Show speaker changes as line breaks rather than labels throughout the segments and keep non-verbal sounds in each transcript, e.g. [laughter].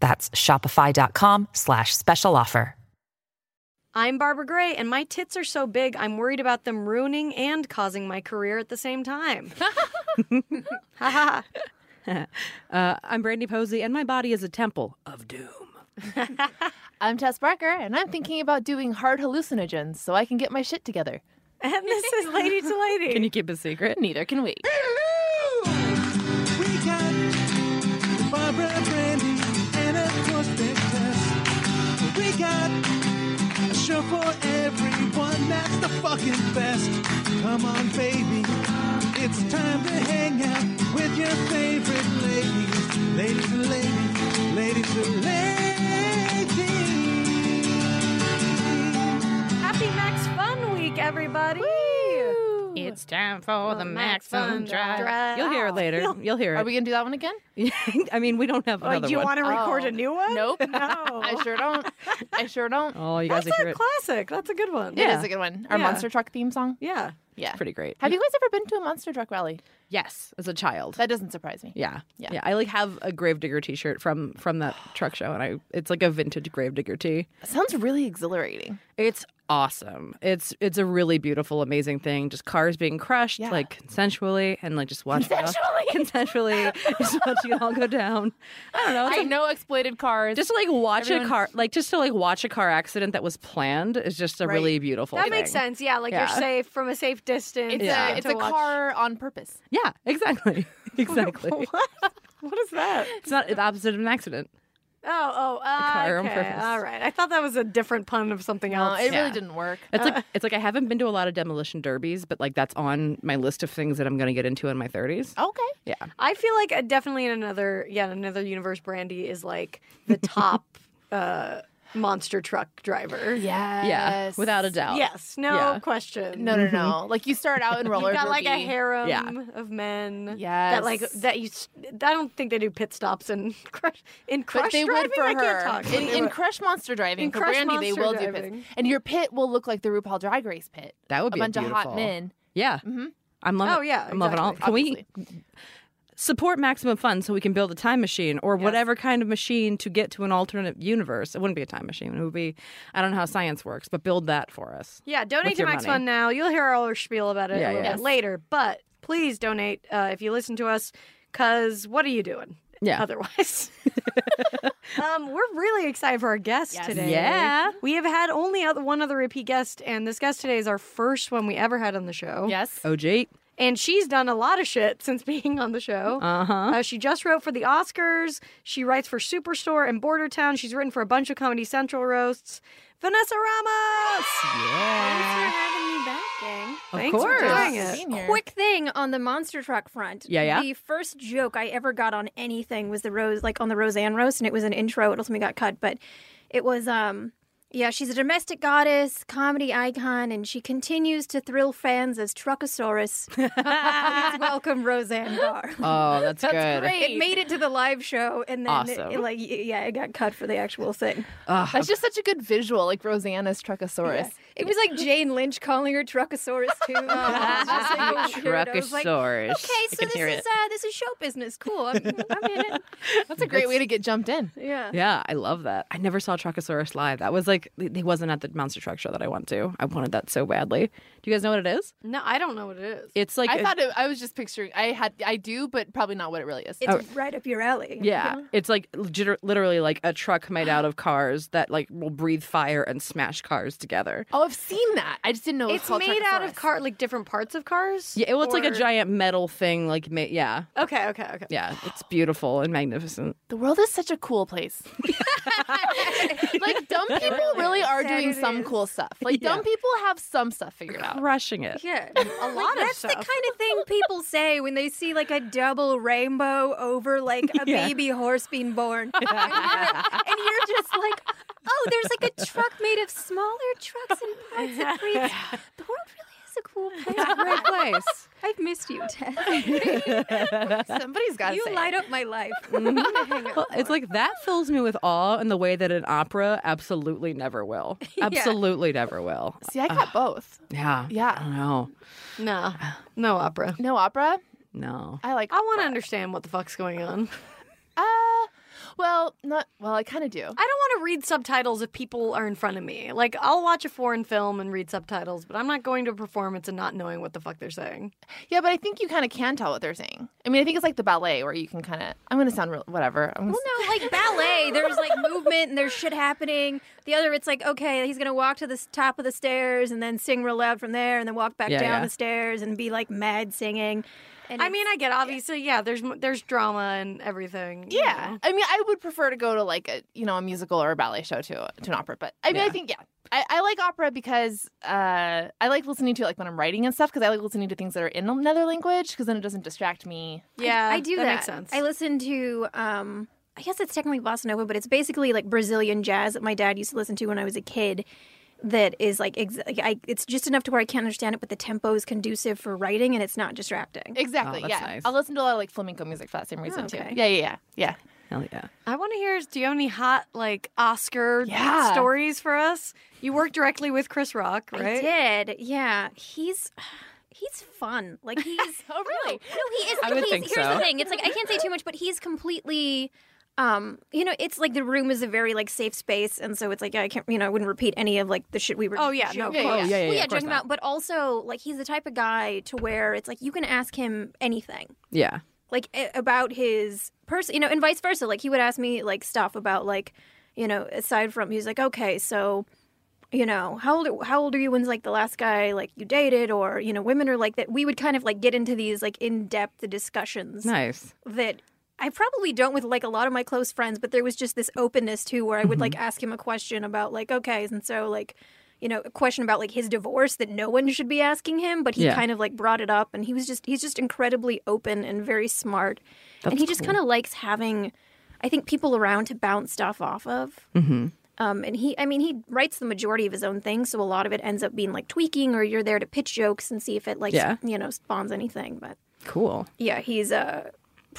That's shopify.com slash special offer.
I'm Barbara Gray, and my tits are so big, I'm worried about them ruining and causing my career at the same time. Ha
Uh, I'm Brandy Posey, and my body is a temple of doom.
I'm Tess Barker, and I'm thinking about doing hard hallucinogens so I can get my shit together.
And this is Lady to Lady.
Can you keep a secret?
Neither can we.
We got Barbara Brandy and of course Big Tess. We got a show for everyone that's the fucking best. Come on, baby. It's time to hang out with your favorite ladies. Ladies and ladies, ladies and ladies.
Happy Max Fun Week, everybody.
It's time for the Max Fun Drive.
You'll hear it later. You'll hear
Are
it.
we Oh, gonna do that one again?
[laughs] I mean, we don't have another
do you
one.
want to record a new one?
Oh,
[laughs]
Nope.
No.
I sure don't. I sure don't.
oh, you guys
That's
will hear
a
it.
classic. That's a good one.
It is a good one. Our
Yeah.
monster truck theme song.
Yeah.
Yeah.
Pretty great.
Have you guys ever been to a monster truck rally?
yes, as a child.
That doesn't surprise me.
yeah.
Yeah.
I like have a Gravedigger T-shirt from from that truck show, and I it's like a vintage Gravedigger tee.
Sounds really exhilarating.
It's awesome. It's it's a really beautiful, amazing thing. Just cars being crushed,
Yeah.
like consensually, and like just watching it all- [laughs] consensually, just watching it all go down. I don't know. It's
I
a-
know exploited cars.
just to, like watch
Everyone-
a car like just to like watch a car accident that was planned is just a
Right.
really beautiful
That
thing.
makes sense. Yeah. Like
Yeah.
you're safe from a safe distance.
it's
Yeah.
a it's a
watch-
car on purpose.
yeah
[laughs]
exactly [laughs] exactly
What is that?
it's not the opposite of an accident
Oh, oh, uh,
car on
okay.
purpose.
All right. I thought that was a different pun of something
No,
else.
Uh, it
Yeah.
really didn't work.
it's
Uh.
like it's like i haven't been to a lot of demolition derbies but like that's on my list of things that i'm going to get into in my 30s
Oh,
Okay.
yeah
I feel like uh, definitely in another yeah in another universe, Brandy is like
[laughs]
the top uh, monster truck driver.
Yes.
yeah without a doubt
Yes, no
Yeah.
question.
No, no, [laughs] no. Like you start out in roller
You've got like a
derby.
harem
Yeah.
of men.
Yes.
that like that you. s- I don't think they do pit stops in [laughs] crush in crush
But they
driving.
would for
I
her.
can't talk.
In,
They
in
would.
Crush Monster Driving,
In
for
Crush
Brandy, they
Monster
will do
Driving.
pits. And your pit will look like the RuPaul Drag Race pit.
that would be
a bunch of
beautiful-
hot men.
yeah i'm loving
Oh, yeah,
i'm loving all
exactly.
can we support maximum fun so we can build a time machine or whatever kind of machine to get to an alternate universe it wouldn't be a time machine it would be i don't know how science works but build that for us
yeah,
with
donate to
your
Max
money.
Fun now. You'll hear all our spiel about it a
Yeah,
little
yeah.
bit later, but please donate uh, if you listen to us. Cause what are you doing?
yeah [laughs]
otherwise. [laughs] um, we're really excited for our guest today.
Yeah.
We have had only other, one other repeat guest, and this guest today is our first one we ever had on the show.
Yes.
OG.
And she's done a lot of shit since [laughs] being on the show.
Uh-huh.
Uh, she just wrote for the Oscars. She writes for Superstore and Border Town. She's written for a bunch of Comedy Central roasts. Vanessa Ramos!
[gasps] Yeah.
having me back, gang.
Of
Thanks
course.
for doing it.
Senior.
Quick thing on the monster truck front.
Yeah, yeah.
The first joke I ever got on anything was the rose, like on the Roseanne roast, and it was an intro. It ultimately got cut, but it was um. Yeah, she's a domestic goddess, comedy icon, and she continues to thrill fans as
[laughs]
Truckosaurus. Please welcome Roseanne Barr.
Oh, that's, good.
It made it to the live show, and then it-
Awesome.
it, like, y- yeah, it got cut for the actual thing.
Ugh,
That's just such a good visual, like Rosanna's Truckosaurus.
It was like Jane Lynch calling her Truckosaurus
[laughs]
too. It was just like a weird- I was like,
Truckosaurus.
Okay, so this is uh, this is show business.
[laughs]
Cool. I'm, I'm in it.
That's a great way to get jumped in.
Yeah.
Yeah, I love that. I never saw Truckosaurus live. That was like he wasn't at the monster truck show that I went to. I wanted that so badly. Do you guys know what it is?
No, I don't know what it is.
It's like
I
a-
thought it, I was just picturing. I had, I do, but probably not what it really is.
It's right up your alley.
yeah, it's like legit- literally like a truck made out of cars that like will breathe fire and smash cars together.
oh, I've seen that. I just didn't know. It was
It's
called
made out of
Truckosaurus.
car like different parts of cars.
Yeah, well, it's like a
Or- Oh.
giant metal thing. Like, ma- yeah,
Okay, okay, okay.
yeah, it's beautiful and magnificent.
The world is such a cool place. like dumb people people really are doing some
Saturdays.
cool stuff. Like dumb people have some stuff figured
[laughs]
out.
Crushing it.
Yeah, a lot of
That's
stuff.
the kind of thing people say when they see like a double rainbow
[laughs]
over like a
Yeah.
baby horse being born. and, you're, and you're just like, oh, there's like a truck made of smaller trucks and parts and creeps. The world really is a cool
[laughs]
place.
Great place.
I've missed you, Ted.
Somebody's got
You
to
light up my life.
[laughs]
Mm-hmm.
[laughs]
Well, it's like that fills me with awe in the way that an opera absolutely never will. Absolutely never will.
See, I got both.
Yeah.
Yeah.
I don't know.
no, no opera.
No opera.
No.
I like.
I want to understand what the fuck's going on. [laughs]
Uh, well, not well. I kind of do.
I don't want to read subtitles if people are in front of me. Like, I'll watch a foreign film and read subtitles, but I'm not going to a performance and not knowing what the fuck they're saying.
Yeah, but I think you kind of can tell what they're saying. I mean, I think it's like the ballet where you can kind of. I'm gonna sound real, whatever. I'm gonna,
Well, no, like ballet, there's like movement and there's shit happening. The other, it's like, okay, he's going to walk to the s- top of the stairs and then sing real loud from there and then walk back
Yeah,
down
yeah.
the stairs and be like mad singing. And
I
it's-
mean, I get obviously, yeah. There's there's drama and everything. you
yeah,
know.
I mean, I would prefer to go to like a you know a musical or a ballet show to to an opera. But I mean, I
Yeah.
think yeah, I, I like opera because uh, I like listening to it, like when I'm writing and stuff because I like listening to things that are in another language because then it doesn't distract me.
yeah.
I do that.
Makes sense.
I listen to, um, I guess it's technically bossa nova, but it's basically like Brazilian jazz that my dad used to listen to when I was a kid. That is like, ex- like, I, it's just enough to where I can't understand it, but the tempo is conducive for writing and it's not distracting.
Exactly.
Oh, that's
yeah,
nice.
I'll listen to a lot of like flamenco music for that same reason
okay.
too. Yeah, yeah, yeah, yeah.
Hell yeah.
I want to hear. Do you have any hot like Oscar
Yeah.
stories for us? You work directly with Chris Rock, right?
I did. Yeah, he's [sighs] he's fun.
[laughs]
Like he's
Oh, really?
no, he is.
I
like,
would
he's,
think
here's the
so.
thing. It's like I can't say too much, but he's completely. Um, you know, it's like the room is a very like safe space, and so it's like I can't, you know, I wouldn't repeat any of like the shit we were.
Oh, yeah, no, of
joking-
course.
Yeah, yeah, yeah,
well,
yeah,
yeah,
of course
joking
not.
about, but also like he's the type of guy to where it's like you can ask him anything
Yeah.
like a- about his person, you know, and vice versa. Like he would ask me like stuff about like, you know, aside from he's like, okay, so, you know, how old how old are you? When's like the last guy like you dated, or you know, women are like that. We would kind of like get into these like in depth discussions
Nice.
that I probably don't with like a lot of my close friends, but there was just this openness too where I would
Mm-hmm.
like ask him a question about like, okay, and so like, you know, a question about like his divorce that no one should be asking him, but he
Yeah.
kind of like brought it up and he was just he's just incredibly open and very smart. and he just kind of likes having I think people around to bounce stuff off of.
Mm-hmm.
Um, and he, I mean, he writes the majority of his own things, so a lot of it ends up being like tweaking, or you're there to pitch jokes and see if it like
Yeah.
you know spawns anything. But
Cool.
yeah, he's uh,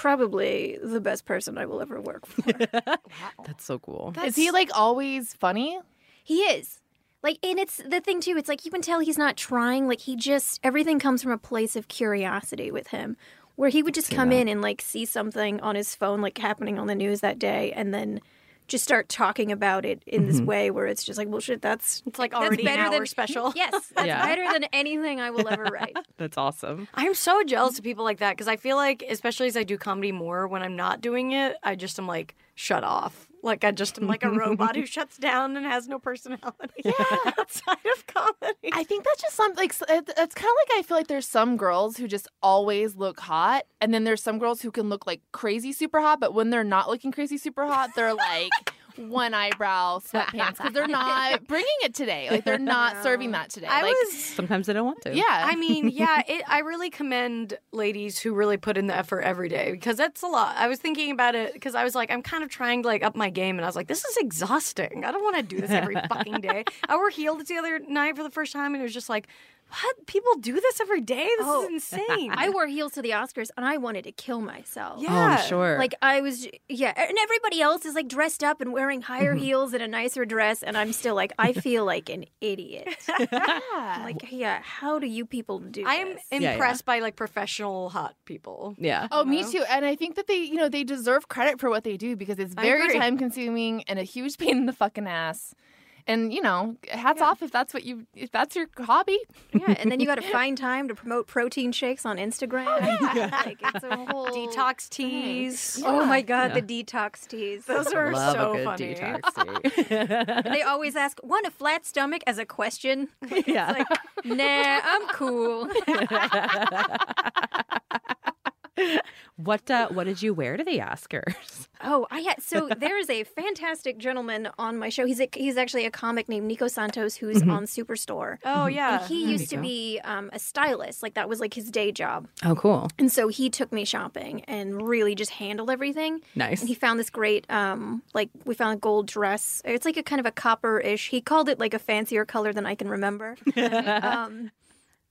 probably the best person I will ever work for.
That's so cool.
Is he like always funny?
he is. Like, and it's the thing too, it's like you can tell he's not trying. Like, he just, everything comes from a place of curiosity with him, where he would just come in and like see something on his phone, like happening on the news that day, and then just start talking about it in this way where it's just like, well, shit, that's.
It's like
That's
already
better
an hour
than-
special.
[laughs] Yes, that's
Yeah.
better than anything I will ever write.
That's awesome.
I'm so jealous of people like that because I feel like, especially as I do comedy more, when I'm not doing it, I just am like shut off. Like I just am like a robot [laughs] who shuts down and has no personality [laughs] outside of comedy.
I think that's just some like s- it- it's kind of like I feel like there's some girls who just always look hot, and then there's some girls who can look like crazy super hot, but when they're not looking crazy super hot,
[laughs]
they're like one eyebrow sweatpants because they're not bringing it today. Like they're not serving that today.
I
like,
was.
Sometimes I don't want to.
yeah,
I mean, yeah, it, I really commend ladies who really put in the effort every day because that's a lot. I was thinking about it because I was like, I'm kind of trying to like up my game, and I was like, this is exhausting. I don't want to do this every fucking day. I wore heels the other night for the first time, and it was just like, what? People do this every day? This
Oh.
is insane.
[laughs] I wore heels to the Oscars and I wanted to kill myself.
yeah.
Oh, I'm sure.
Like I was, yeah, and everybody else is like dressed up and wearing higher heels and a nicer dress, and I'm still like, I feel like an [laughs] idiot. I'm like, yeah, how do you people do?
I am
this?
yeah.
impressed by like professional hot people.
yeah.
Oh, me too. And I think that they, you know, they deserve credit for what they do because it's
I
very
agree.
time consuming and a huge pain in the fucking ass. And you know, hats off if that's what you if that's your hobby.
yeah, and then you got to find time to promote protein shakes on Instagram. Oh, [laughs] Like, it's a whole
Detox teas.
Oh my god, the detox teas.
Those are
Love
so
a good
funny.
detox.
[laughs] they always ask, "Want a flat stomach?" as a question. [laughs] Like,
yeah.
nah, I'm cool.
What uh, what did you wear to the Oscars?
Oh, I had so there is a fantastic gentleman on my show. He's a, he's actually a comic named Nico Santos who's on Superstore.
Oh yeah.
And he used to be um, a stylist, like that was like his day job.
Oh, cool.
And so he took me shopping and really just handled everything.
Nice.
And he found this great, um, like we found a gold dress. It's like a kind of a copper-ish. He called it like a fancier color than I
[laughs]
can remember. um,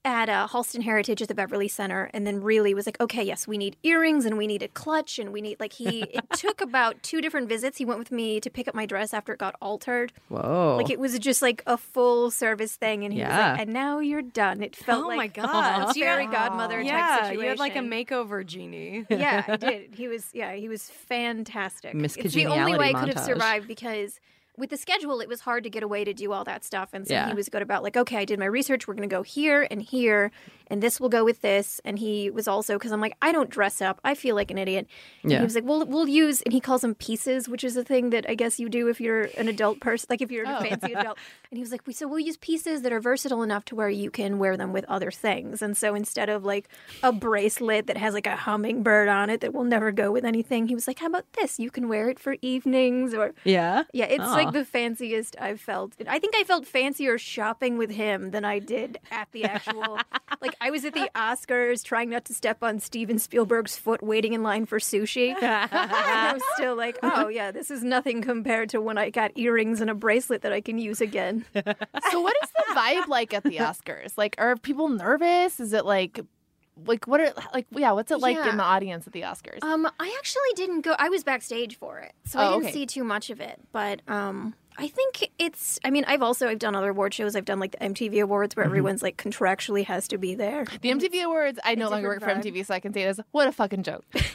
at uh, Halston Heritage at the Beverly Center, and then really was like, okay, yes, we need earrings and we need a clutch and we need like he.
[laughs]
It took about two different visits. He went with me to pick up my dress after it got altered.
Oh.
Whoa.
Like it was just like a full service thing, and he was
Yeah.
like, "And now you're done." It felt
oh
like
my god.
a fairy godmother type
yeah,
situation.
you had like a makeover genie.
yeah,
[laughs]
I did. He was yeah, he was fantastic.
Miss
it's the only way I
Congeniality
could have
montage.
survived because with the schedule it was hard to get away to do all that stuff and so
Yeah.
he was good about like okay I did my research we're going to go here and here and this will go with this and he was also cuz I'm like I don't dress up I feel like an idiot and
Yeah.
he was like well we'll use and he calls them pieces which is a thing that I guess you do if you're an adult person like if you're a fancy adult and he was like we so we'll use pieces that are versatile enough to where you can wear them with other things and so instead of like a bracelet that has like a hummingbird on it that will never go with anything he was like how about this you can wear it for evenings or
yeah.
yeah, it's
Aw.
like the fanciest I've felt. I think I felt fancier shopping with him than I did at the [laughs] actual. like I was at the Oscars trying not to step on Steven Spielberg's foot, waiting in line for [laughs] sushi. and I was still like, oh yeah, this is nothing compared to when I got earrings and a bracelet that I can use again.
So what is
[laughs]
the vibe like at the Oscars? Like are people nervous? Is it like like what are like yeah, what's it like
Yeah.
in the audience at the Oscars?
[laughs] Um, I actually didn't go. I was backstage for it, so
Oh,
I didn't
okay.
see too much of it. But um, I think it's. I mean, I've also I've done other award shows. I've done like the MTV Awards where everyone's like contractually has to be [laughs] there.
the MTV Awards, I no longer work
Um, different
for
vibe.
MTV, so I can say it as what a fucking
[laughs]
joke. [laughs]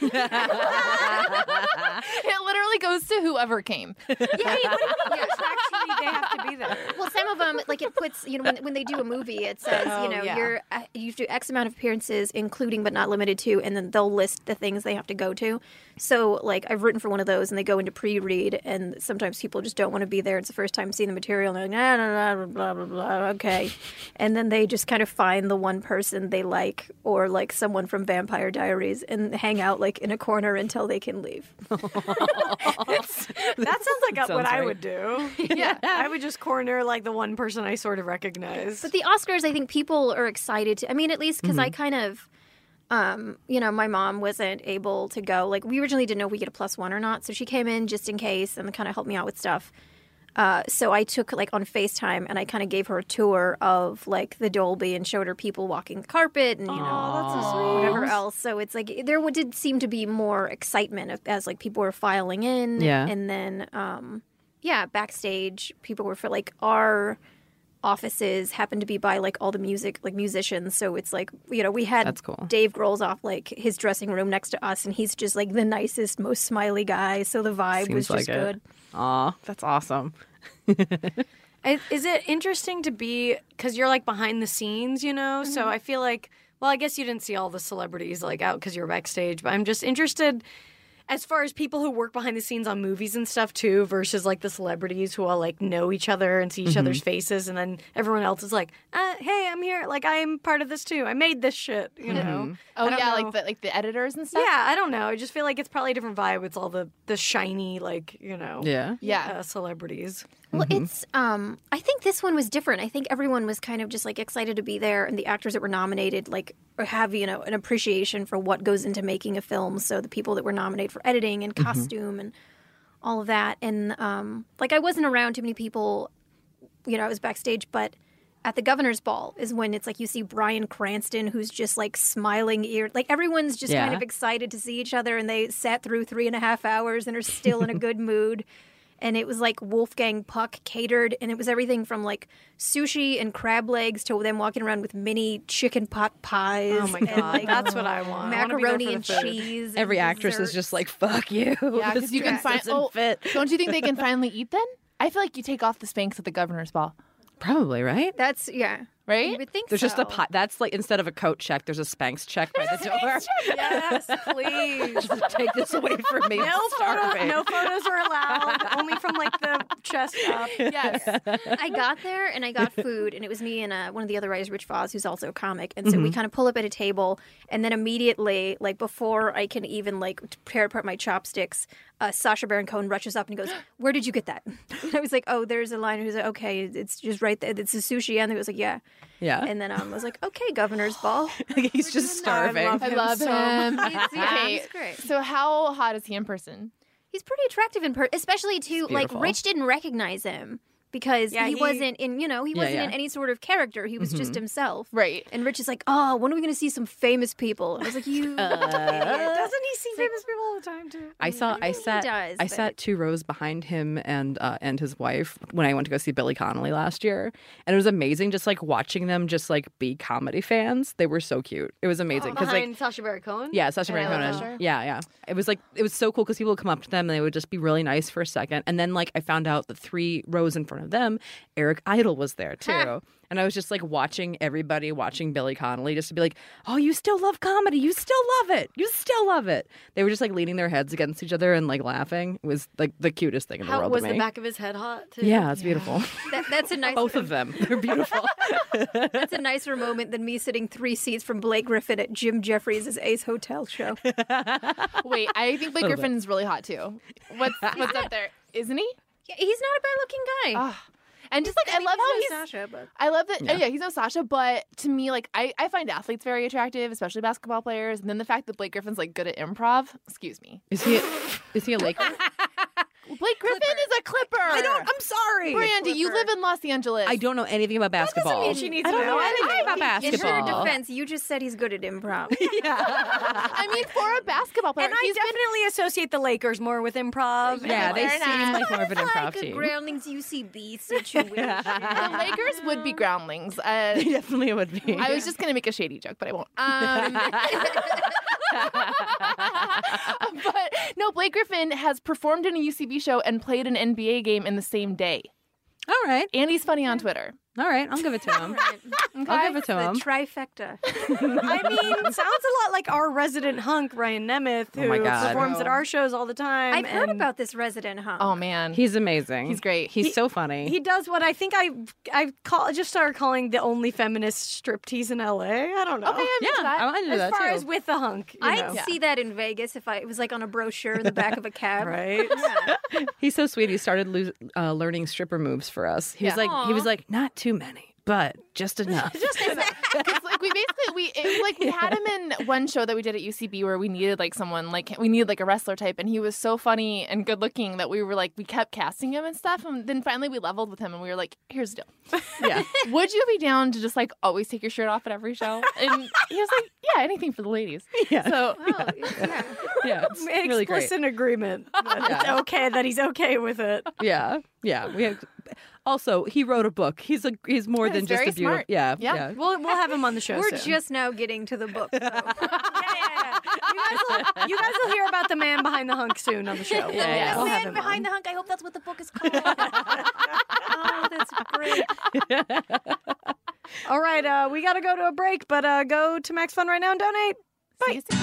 it literally goes to whoever came.
[laughs] Yeah,
Actually, they have to be there.
well, some of them like it puts you know when, when they do a movie, it says you know
yeah.
you're uh, you do X amount of appearances, including but not limited to, and then they'll list the things they have to go to. So like I've written for one of those, and they go into pre-read, and sometimes people just don't want to be there. It's the first time seeing the material, and they're like nah, nah, nah, blah blah blah okay, and then they just kind of find the one person they like or like someone from Vampire Diaries and hang out like in a corner until they can leave.
That sounds [laughs] like what
Sounds
I
right.
would do. [laughs] Yeah. I would just corner like the one person I sort of recognize.
But the Oscars, I think people are excited to. I mean, at least because
Mm-hmm.
I kind of, um, you know, my mom wasn't able to go. Like, we originally didn't know if we get a plus one or not. So she came in just in case and kind of helped me out with stuff. Uh, so I took, like, on FaceTime and I kind of gave her a tour of, like, the Dolby and showed her people walking the carpet and, you know,
oh, that's so sweet.
whatever else. So it's like there w- did seem to be more excitement of- as, like, people were filing in.
Yeah.
And then, um, yeah, backstage, people were for, like, our offices happen to be by like all the music like musicians so it's like you know we had
That's cool.
dave grohl's off like his dressing room next to us and he's just like the nicest most smiley guy so the vibe was
Seems
just
like it.
good
Aw, that's awesome.
I- Is it interesting to be because you're like behind the scenes, you know? So I feel like, well, I guess you didn't see all the celebrities like out because you were backstage, but I'm just interested as far as people who work behind the scenes on movies and stuff too, versus like the celebrities who all like know each other and see each other's faces, and then everyone else is like, uh, "Hey, I'm here. Like I'm part of this too. I made this shit." You know?
Oh
I don't
yeah,
know.
like the like the editors and stuff.
Yeah, I don't know. I just feel like it's probably a different vibe. It's all the the shiny, like you know,
Yeah.
Yeah.
uh, celebrities.
well
Mm-hmm.
it's um i think this one was different i think everyone was kind of just like excited to be there and the actors that were nominated like or have you know an appreciation for what goes into making a film so the people that were nominated for editing
Mm-hmm.
and costume and all of that and um like i wasn't around too many people you know, I was backstage, but at the governor's ball is when it's like you see Brian Cranston who's just like smiling ear like everyone's just kind
Yeah.
of excited to see each other and they sat through three and a half hours and are
[laughs]
still in a good mood. And it was like Wolfgang Puck catered and it was everything from like sushi and crab legs to them walking around with mini chicken pot pies.
Oh my
and,
god,
like,
that's what I want. I wanna be there
Macaroni
for the
and
food.
cheese. and
Every actress is just
desserts.
like, fuck you. This
Yeah, because you can
dress
find.
doesn't
Oh,
fit.
don't you think they
[laughs]
can finally eat then? I feel like you take off the Spanx at the governor's ball.
Probably, right?
That's yeah. You
right?
would think
There's
so.
just a pot. That's like instead of a coat check, there's a Spanx check by the door. [laughs]
[laughs] Yes, please.
Take this away from me.
No,
I'm
photo,
starving.
no photos are allowed. [laughs] Only from like the chest
[laughs]
up.
Yes.
I got there and I got food, and it was me and uh, one of the other writers, Rich Foz, who's also a comic. And so
Mm-hmm.
we kind of pull up at a table, and then immediately, like before I can even like tear apart my chopsticks, uh, Sasha Baron Cohen rushes up
[gasps]
and he goes, "Where did you get that?" And I was like, "Oh, there's a line." Who's like, "Okay, it's just right there. It's a sushi." And he was like, "Yeah."
Yeah.
And then um, I
[laughs]
was like, "Okay, Governor's Ball."
He's just
No, I
starving.
love
I
him
love
so
him.
[laughs] He's- yeah,
Okay,
he's great.
So how hot is he in person?
He's pretty attractive in person, especially to like
beautiful.
Rich didn't recognize him because
Yeah,
he,
he-
wasn't in you know he
Yeah,
wasn't
yeah. Mm-hmm.
in any sort of character. He was just himself.
Right.
And Rich is like, oh, when are we going to see some famous people? And I was like, [laughs] you. Uh.
Doesn't he see famous people all the time too?
I saw. I
he
sat.
does,
I
but-
sat two rows behind him and uh, and his wife when I went to go see Billy Connolly last year, and it was amazing. Just like watching them, just like be comedy fans. They were so cute. It was amazing
Oh,
because like
Sasha Baron Cohen.
Yeah, Sasha Baron
I love
Cohen. Yeah, yeah. It was like it was so cool because people would come up to them and they would just be really nice for a second, and then like I found out that three rows in front of them, Eric Idle was there too, and I was just like watching everybody watching Billy Connolly just to be like, oh, you still love comedy, you still love it, you still love it. They were just like leaning their heads against each other and like laughing. It was like the cutest thing in the
How
world.
was
to
the
me.
back of his head hot? Too?
Yeah, it's beautiful.
That, that's a
[laughs]
nice.
Both of them, they're beautiful.
That's a nicer moment than me sitting three seats from Blake Griffin at Jim Jeffries' Ace Hotel show.
Wait, I think Blake Griffin is really hot too. What's what's up there? Isn't he?
[laughs] Yeah, he's not a bad-looking guy.
And just like I love how he's
Sasha, but
I love that. Yeah. yeah, he's no Sasha, but to me, like I, I find athletes very attractive, especially basketball players. And then the fact that Blake Griffin's like good at improv. Excuse me,
is he? A, is he a Laker?
Blake Griffin is a Clipper. I don't.
I'm sorry.
Brandy, you live in Los Angeles.
I don't know anything about basketball.
she
I don't know anything about
in
basketball.
her defense, you just said he's good at improv. [laughs]
I mean, for a basketball player,
And I
he's been-
definitely associate the Lakers more with improv.
Yeah, they
Fair
seem
enough.
like more of an improv
[laughs] like a
team.
Groundlings UCB [laughs] situation.
[laughs] the Lakers would be groundlings. Uh,
They definitely would be.
I was just gonna make a shady joke, but I won't. Um, [laughs] but no, Blake Griffin has performed in a UCB show and played an NBA game in the same day.
[laughs] all right,
And he's funny on Twitter.
all right. I'll give it to
[laughs]
him. I'll give it to
the
him.
trifecta.
I mean, sounds a lot like our resident hunk Ryan Nemeth, who
Oh my God.
performs at our shows all the time.
I've heard
and
about this resident, huh?
Oh man,
He's amazing.
He's great.
He's
He-
so funny.
He does what I think I I call just started calling the only feminist striptease in LA. I don't know.
Okay, I'm
yeah,
into that.
I wanted to do
as
that
far
too.
as with the hunk, you
I'd
know.
see that in Vegas if I it was like on a brochure in the back of a [laughs]
[laughs]
cab.
right.
he's so sweet. He started lo- uh, learning stripper moves for us. He was
Yeah.
like, he was like, not too many, but just
[laughs]
enough.
Because like we basically we it was
[laughs]
like we had him in one show that we did at UCB where we needed like someone like we needed like a wrestler type and he was so funny and good looking that we were like we kept casting him and stuff and then finally we leveled with him and we were like here's the deal
[laughs] yeah.
[laughs] would you be down to just like always take your shirt off at every show and he was like yeah anything for the ladies
[laughs] Yeah.
so
Oh, yeah.
[laughs] yeah.
[laughs]
It's
An
really great.
explicit
[laughs]
agreement that it's
Yeah.
okay that he's okay with it.
Yeah. Yeah. We had, also, he wrote a book. He's a he's more than
he's
just
very
a beautiful.
smart.
Yeah.
Yeah.
We'll we'll have him on the show.
We're
soon.
just now getting to the [laughs] book. though.
yeah, yeah, [laughs] yeah. You, guys will, you guys will hear about the man behind the hunk soon on the show.
Yeah, yeah.
We'll have
Man
him
behind
on.
the hunk. I hope that's what the book is [laughs] called. oh, that's great.
All right, uh, we got to go to a break, but uh, go to Max Fun right now and donate.
see you soon.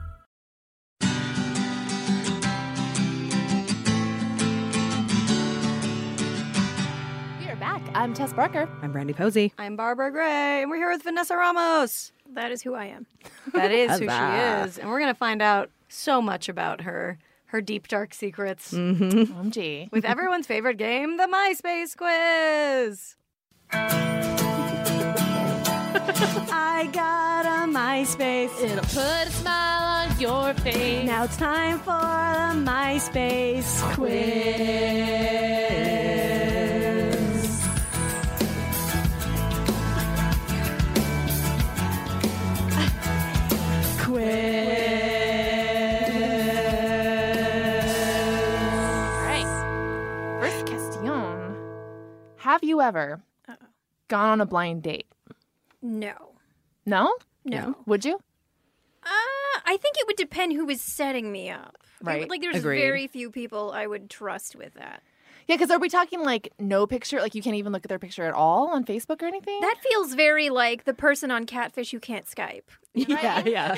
we are back i'm tess barker
I'm Brandy Posey. [laughs]
I'm Barbara Gray, and we're here with Vanessa Ramos.
That is who I am.
That is who
Huzzah.
she is, and we're gonna find out so much about her, her deep dark secrets,
omg
with everyone's favorite game, the MySpace quiz. I got a MySpace.
it'll put a smile on
your face.
Now it's time for the MySpace quiz.
First question. Have you ever gone on a blind date?
No.
No?
No.
Would you?
Uh, I think it would depend who was setting me up. There-
Right.
Like, there's
Agreed.
very few people I would trust with that.
Yeah, because are we talking like no picture? Like you can't even look at their picture at all on Facebook or anything?
That feels very like the person on Catfish who can't [laughs] Skype.
Yeah, yeah.
Yeah,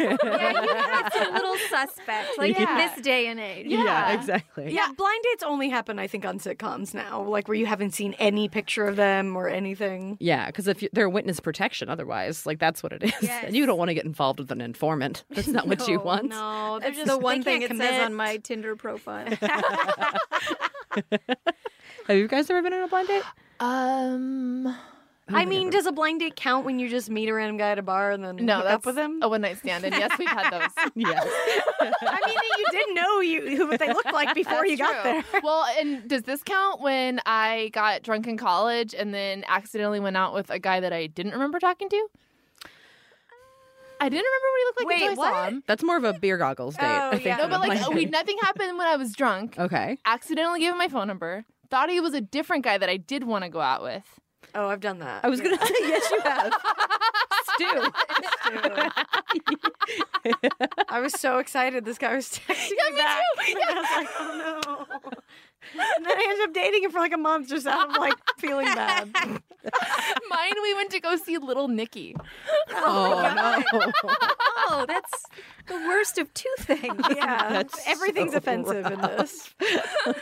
you know, that's a little suspect, like in
Yeah.
this day and age.
[laughs] Yeah.
exactly.
Yeah, blind dates only happen, I think, on sitcoms now, like where you haven't seen any picture of them or anything.
Yeah, because if you, they're witness protection, otherwise, like that's what it is. [laughs]
Yes.
And you don't want to get involved with an informant. That's not what you
[laughs] No,
want.
No, they're
That's
just
the
they
one thing it
can't
says
commit.
on my Tinder profile.
Have you guys ever been on a blind date?
um,
I mean, does a blind date count when you just meet a random guy at a bar and then
no,
hook
that's
up with him?
a one night stand, and yes, we've had [laughs] those.
Yes.
I mean, you didn't know you who what they looked like before you got
True.
there.
Well, and does this count when I got drunk in college and then accidentally went out with a guy that I didn't remember talking to? I didn't remember what he looked like
Wait,
until I saw
what?
him.
That's more of a beer goggles date.
Oh,
I think,
yeah.
No,
than
but
a [laughs]
like
blind
we,
date.
nothing happened when I was drunk.
Okay.
Accidentally gave him my phone number. Thought he was a different guy that I did want to go out [laughs] with.
Oh, I've done that.
I was gonna say yes, you have. [laughs] Stu.
I was so excited. This guy was texting me back. [laughs] And I was like, oh no. And then I ended up dating him for like a month just out of like feeling bad.
Mine, we went to go see Little Nicky.
Oh no.
[laughs] oh, that's the worst of two [laughs] things.
Yeah. [laughs] Everything's offensive in this.
[laughs]
but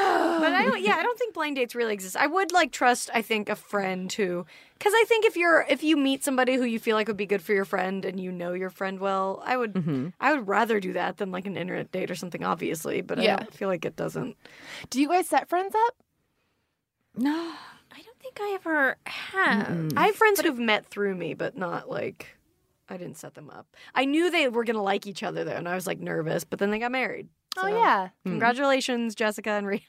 I don't yeah, I don't think blind dates really exist. I would like trust, I think, a friend who because I think if you're if you meet somebody who you feel like would be good for your friend and you know your friend well, I would
Mm-hmm.
I would rather do that than like an internet date or something, obviously. But
Yeah. Mm-hmm.
I don't feel like it doesn't.
Do you guys set friends up?
No.
I don't think I ever have.
I have friends who've met through me, but not like I didn't set them up. I knew they were gonna like each other though, and I was like nervous. But then they got married.
Oh yeah.
Congratulations, Jessica and Rita.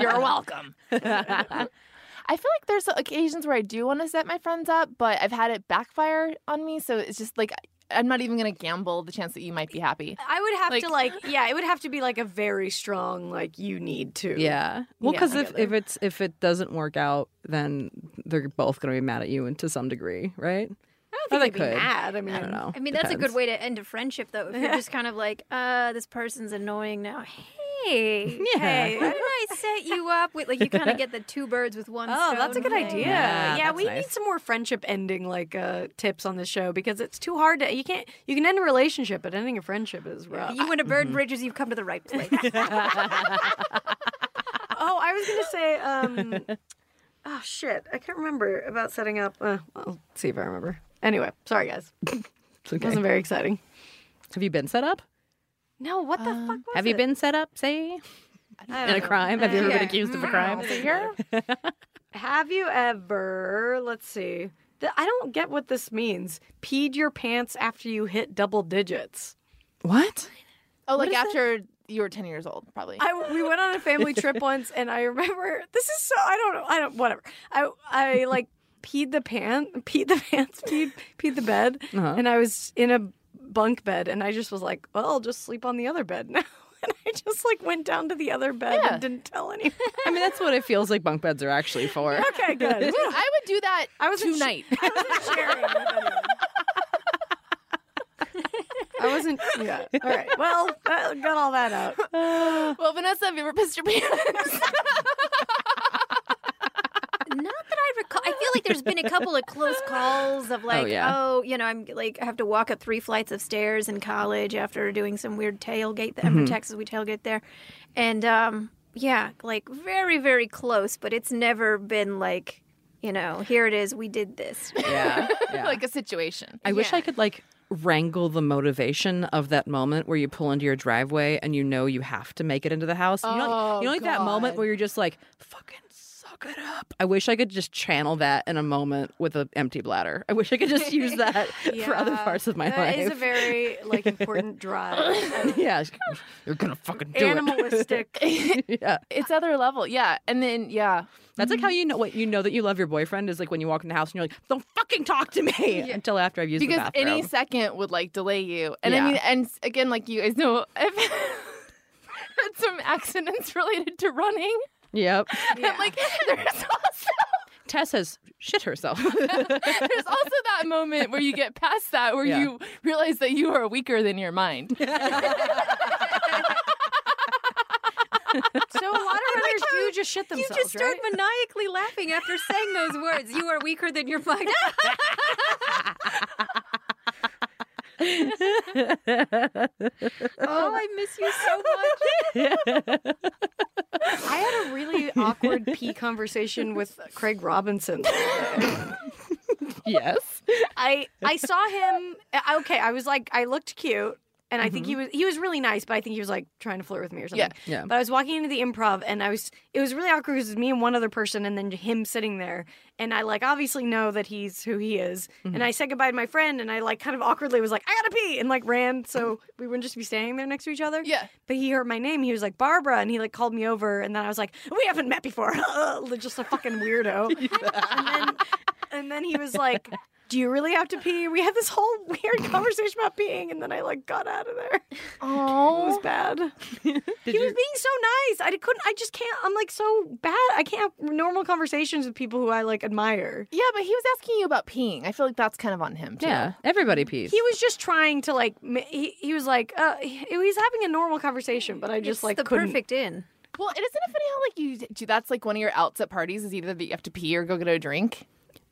You're welcome. I feel like there's occasions where I do want to set my friends up, but I've had it backfire on me. So it's just like I'm not even going to gamble the chance that you might be happy.
I would have
Like-
to like, [laughs] yeah, it would have to be like a very strong like you need to.
Yeah. Well,
Yeah.
because if, if it's if it doesn't work out, then they're both gonna be mad at you and to some degree, right?
I don't
Or
think
they
they'd be
could.
mad. I mean,
I don't know.
I mean, that's a
Depends.
good way to end a friendship, though. If you're just kind of like, uh, this person's annoying now.
[laughs]
Hey,
Yeah.
hey, why did I set you up with? Like, you kind of get the two birds with
[laughs] [laughs]
one.
Oh, that's a
stone
good
thing.
idea.
Yeah,
Yeah,
that's
we need
nice.
some more friendship ending like uh, tips on this show because it's too hard to you can't you can end a relationship, but ending a friendship is rough.
If you want to burn
Mm-hmm.
bridges, you've come to the
[laughs]
right place.
Oh, I was gonna say, [laughs] um, oh shit, I can't remember about setting up. Uh, I'll see if I remember. Anyway, sorry guys, [laughs]
It's okay.
wasn't very exciting.
Have you been set up?
No, what the fuck? Was
Um, Have you
it?
been set up? Say
I
in
don't
a
know.
crime? Have you ever been
Yeah.
accused of a crime?
Here?
Have you ever? Let's see. Th- I don't get what this means. Peed your pants after you hit double digits.
What?
Oh, like after you were 10 years old, probably.
I, we went on a family trip once, and I remember this is so. I don't know. I don't. Whatever. I I like peed the pant, peed the [laughs] pants, peed peed the bed,
Uh-huh.
and I was in a bunk bed, and I just was like, well, I'll just sleep on the other bed [laughs] now. And I just like went down to the other bed
Yeah.
and didn't tell anyone.
I mean, that's what it feels like bunk beds are actually for.
[laughs] okay, good.
Dude, I would do that
I wasn't sh-
tonight.
I wasn't sharing with anyone. I wasn't. Yeah. All right. Well, that, got all that out.
[laughs] well, Vanessa, have you ever pissed your pants?
Not that I recall. I feel like there's been a couple
[laughs]
of close calls of like, oh,
yeah.
you know, I'm like, I have to walk up three flights of stairs in college after doing some weird tailgate. That,
Mm-hmm.
From Texas, we tailgate there, and um, yeah, like very, very close, but it's never been like, you know, here it is, we did this.
Yeah. [laughs] yeah.
like a situation.
I wish I
Yeah.
could like wrangle the motivation of that moment where you pull into your driveway and you know you have to make it into the house. You know,
Oh,
you know like that moment
God.
where you're just like fucking suck Soak it up. I wish I could just channel that in a moment with an empty bladder. I wish I could just
[laughs]
use that [laughs] for other
Yeah.
parts of my
That
life.
is a very like important drive.
[laughs] yeah,
[laughs]
you're gonna fucking do [laughs]
Animalistic.
it. yeah,
It's other level, yeah. And then yeah,
that's like how you know what you know that you love your boyfriend is like when you walk in the house and you're like, don't fucking talk to me until after I've used the
because
bathroom.
any second would like delay you. And
Yeah.
I mean, and s- again, like you guys know, I've [laughs] had some accidents related to running.
yep,
And [laughs] like there's also
Tess has shit herself.
there's also that moment where you get past that where
Yeah.
you realize that you are weaker than your mind.
So a lot [laughs] of runners do just shit
You
themselves.
just start
right?
maniacally [laughs] laughing after saying those words. You are weaker than your mind. oh, I miss you so much.
I had a really awkward [laughs] pee conversation with Craig Robinson.
yes,
I I saw him. I- Okay, I was like, I looked cute, and I think he was he was really nice, but I think he was like trying to flirt with me or something.
Mm-hmm. Yeah, yeah.
But I was walking into the improv, and I was it was really awkward because it was me and one other person, and then him sitting there, and I like obviously know that he's who he is,
Mm-hmm.
and I said goodbye to my friend, and I like kind of awkwardly was like, I gotta pee, and like ran so we wouldn't just be standing there next to each other.
Yeah.
But he heard my name. He was like Barbara, and he like called me over, and then I was like, we haven't met before. [laughs] Uh, just a fucking
[laughs]
weirdo. and then and then he was like, "Do you really have to pee?" We had this whole weird conversation about peeing, and then I like got out of there. [laughs]
Oh,
It was
[laughs]
bad. he was being so nice. I couldn't. I just can't. I'm like so bad. I can't have normal conversations with people who I like admire.
yeah, but he was asking you about peeing. I feel like that's kind of on him. Too.
yeah. Everybody pees.
He was just trying to like. ma- He, he was like, uh, he, he was having a normal conversation, but I just
It's
like
the
couldn't.
perfect in.
Well, isn't it funny how like you do that's like one of your outs at parties is either that you have to pee or go get a drink.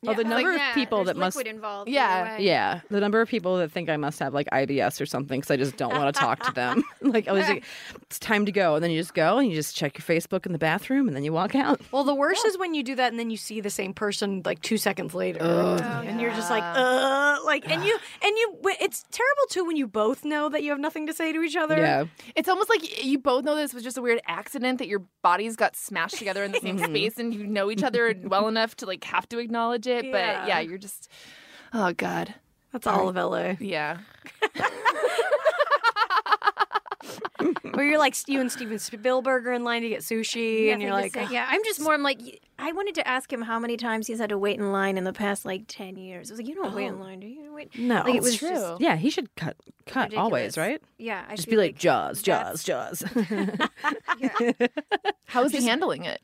oh, the number of people that
there's
must
liquid involved.
Yeah.
either way.
Yeah, the number of people that think I must have like IBS or something because I just don't want to talk to them. [laughs] like I was like, it's time to go, and then you just go and you just check your Facebook in the bathroom, and then you walk out.
Well, the worst is when you do that and then you see the same person like two seconds later,
Oh,
and you're just like, uh, like, and you and you. It's terrible too when you both know that you have nothing to say to each other.
Yeah,
It's almost like you both know this was just a weird accident that your bodies got smashed together in the [laughs] same space and you know each other well enough to like have to acknowledge it.
Yeah.
But yeah, you're just oh god.
That's all of LA.
Yeah.
Where you're like you and Steven Spielberg are in line to get sushi, and you're like,
Nothing to say. yeah, I'm just more. I'm like, y- I wanted to ask him how many times he's had to wait in line in the past like ten years. I was like, you don't wait in line, do you? You don't wait.
no,
like, it was
true.
Just,
yeah. He should cut, cut always,
ridiculous.
right?
yeah, I
Just
should
be like, Jaws, Jaws,
that's-
Jaws.
How is he handling it?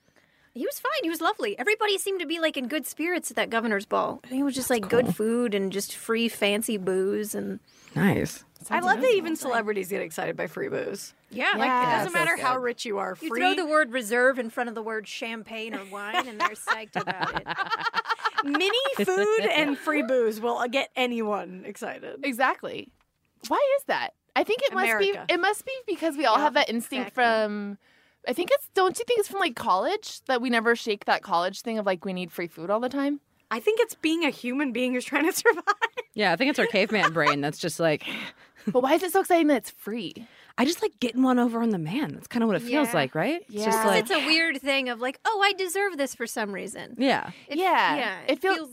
He was fine. He was lovely. Everybody seemed to be like in good spirits at that governor's ball. I think it was just like good food and just free fancy booze and
nice.
I love that even celebrities get excited by free booze.
yeah,
Like it
Yeah,
doesn't matter how rich you are,
You
free.
throw the word reserve in front of the word champagne or wine, and they're psyched about [laughs] it. [laughs]
mini food and free booze will uh, get anyone excited.
Exactly. Why is that? I think it must
America.
be it must be because we all have that instinct from I think it's don't you think it's from like college that we never shake that college thing of like we need free food all the [laughs] time?
I think it's being a human being who's trying to [laughs] survive.
Yeah, I think it's our caveman brain that's just like,
But why is it so exciting that it's free?
I just like getting one over on the man. That's kind of what it feels like, right? It's just
Because
like,
it's a weird thing of like, oh, I deserve this for some reason.
yeah,
It-
Yeah.
yeah. It,
It
feels,
feel-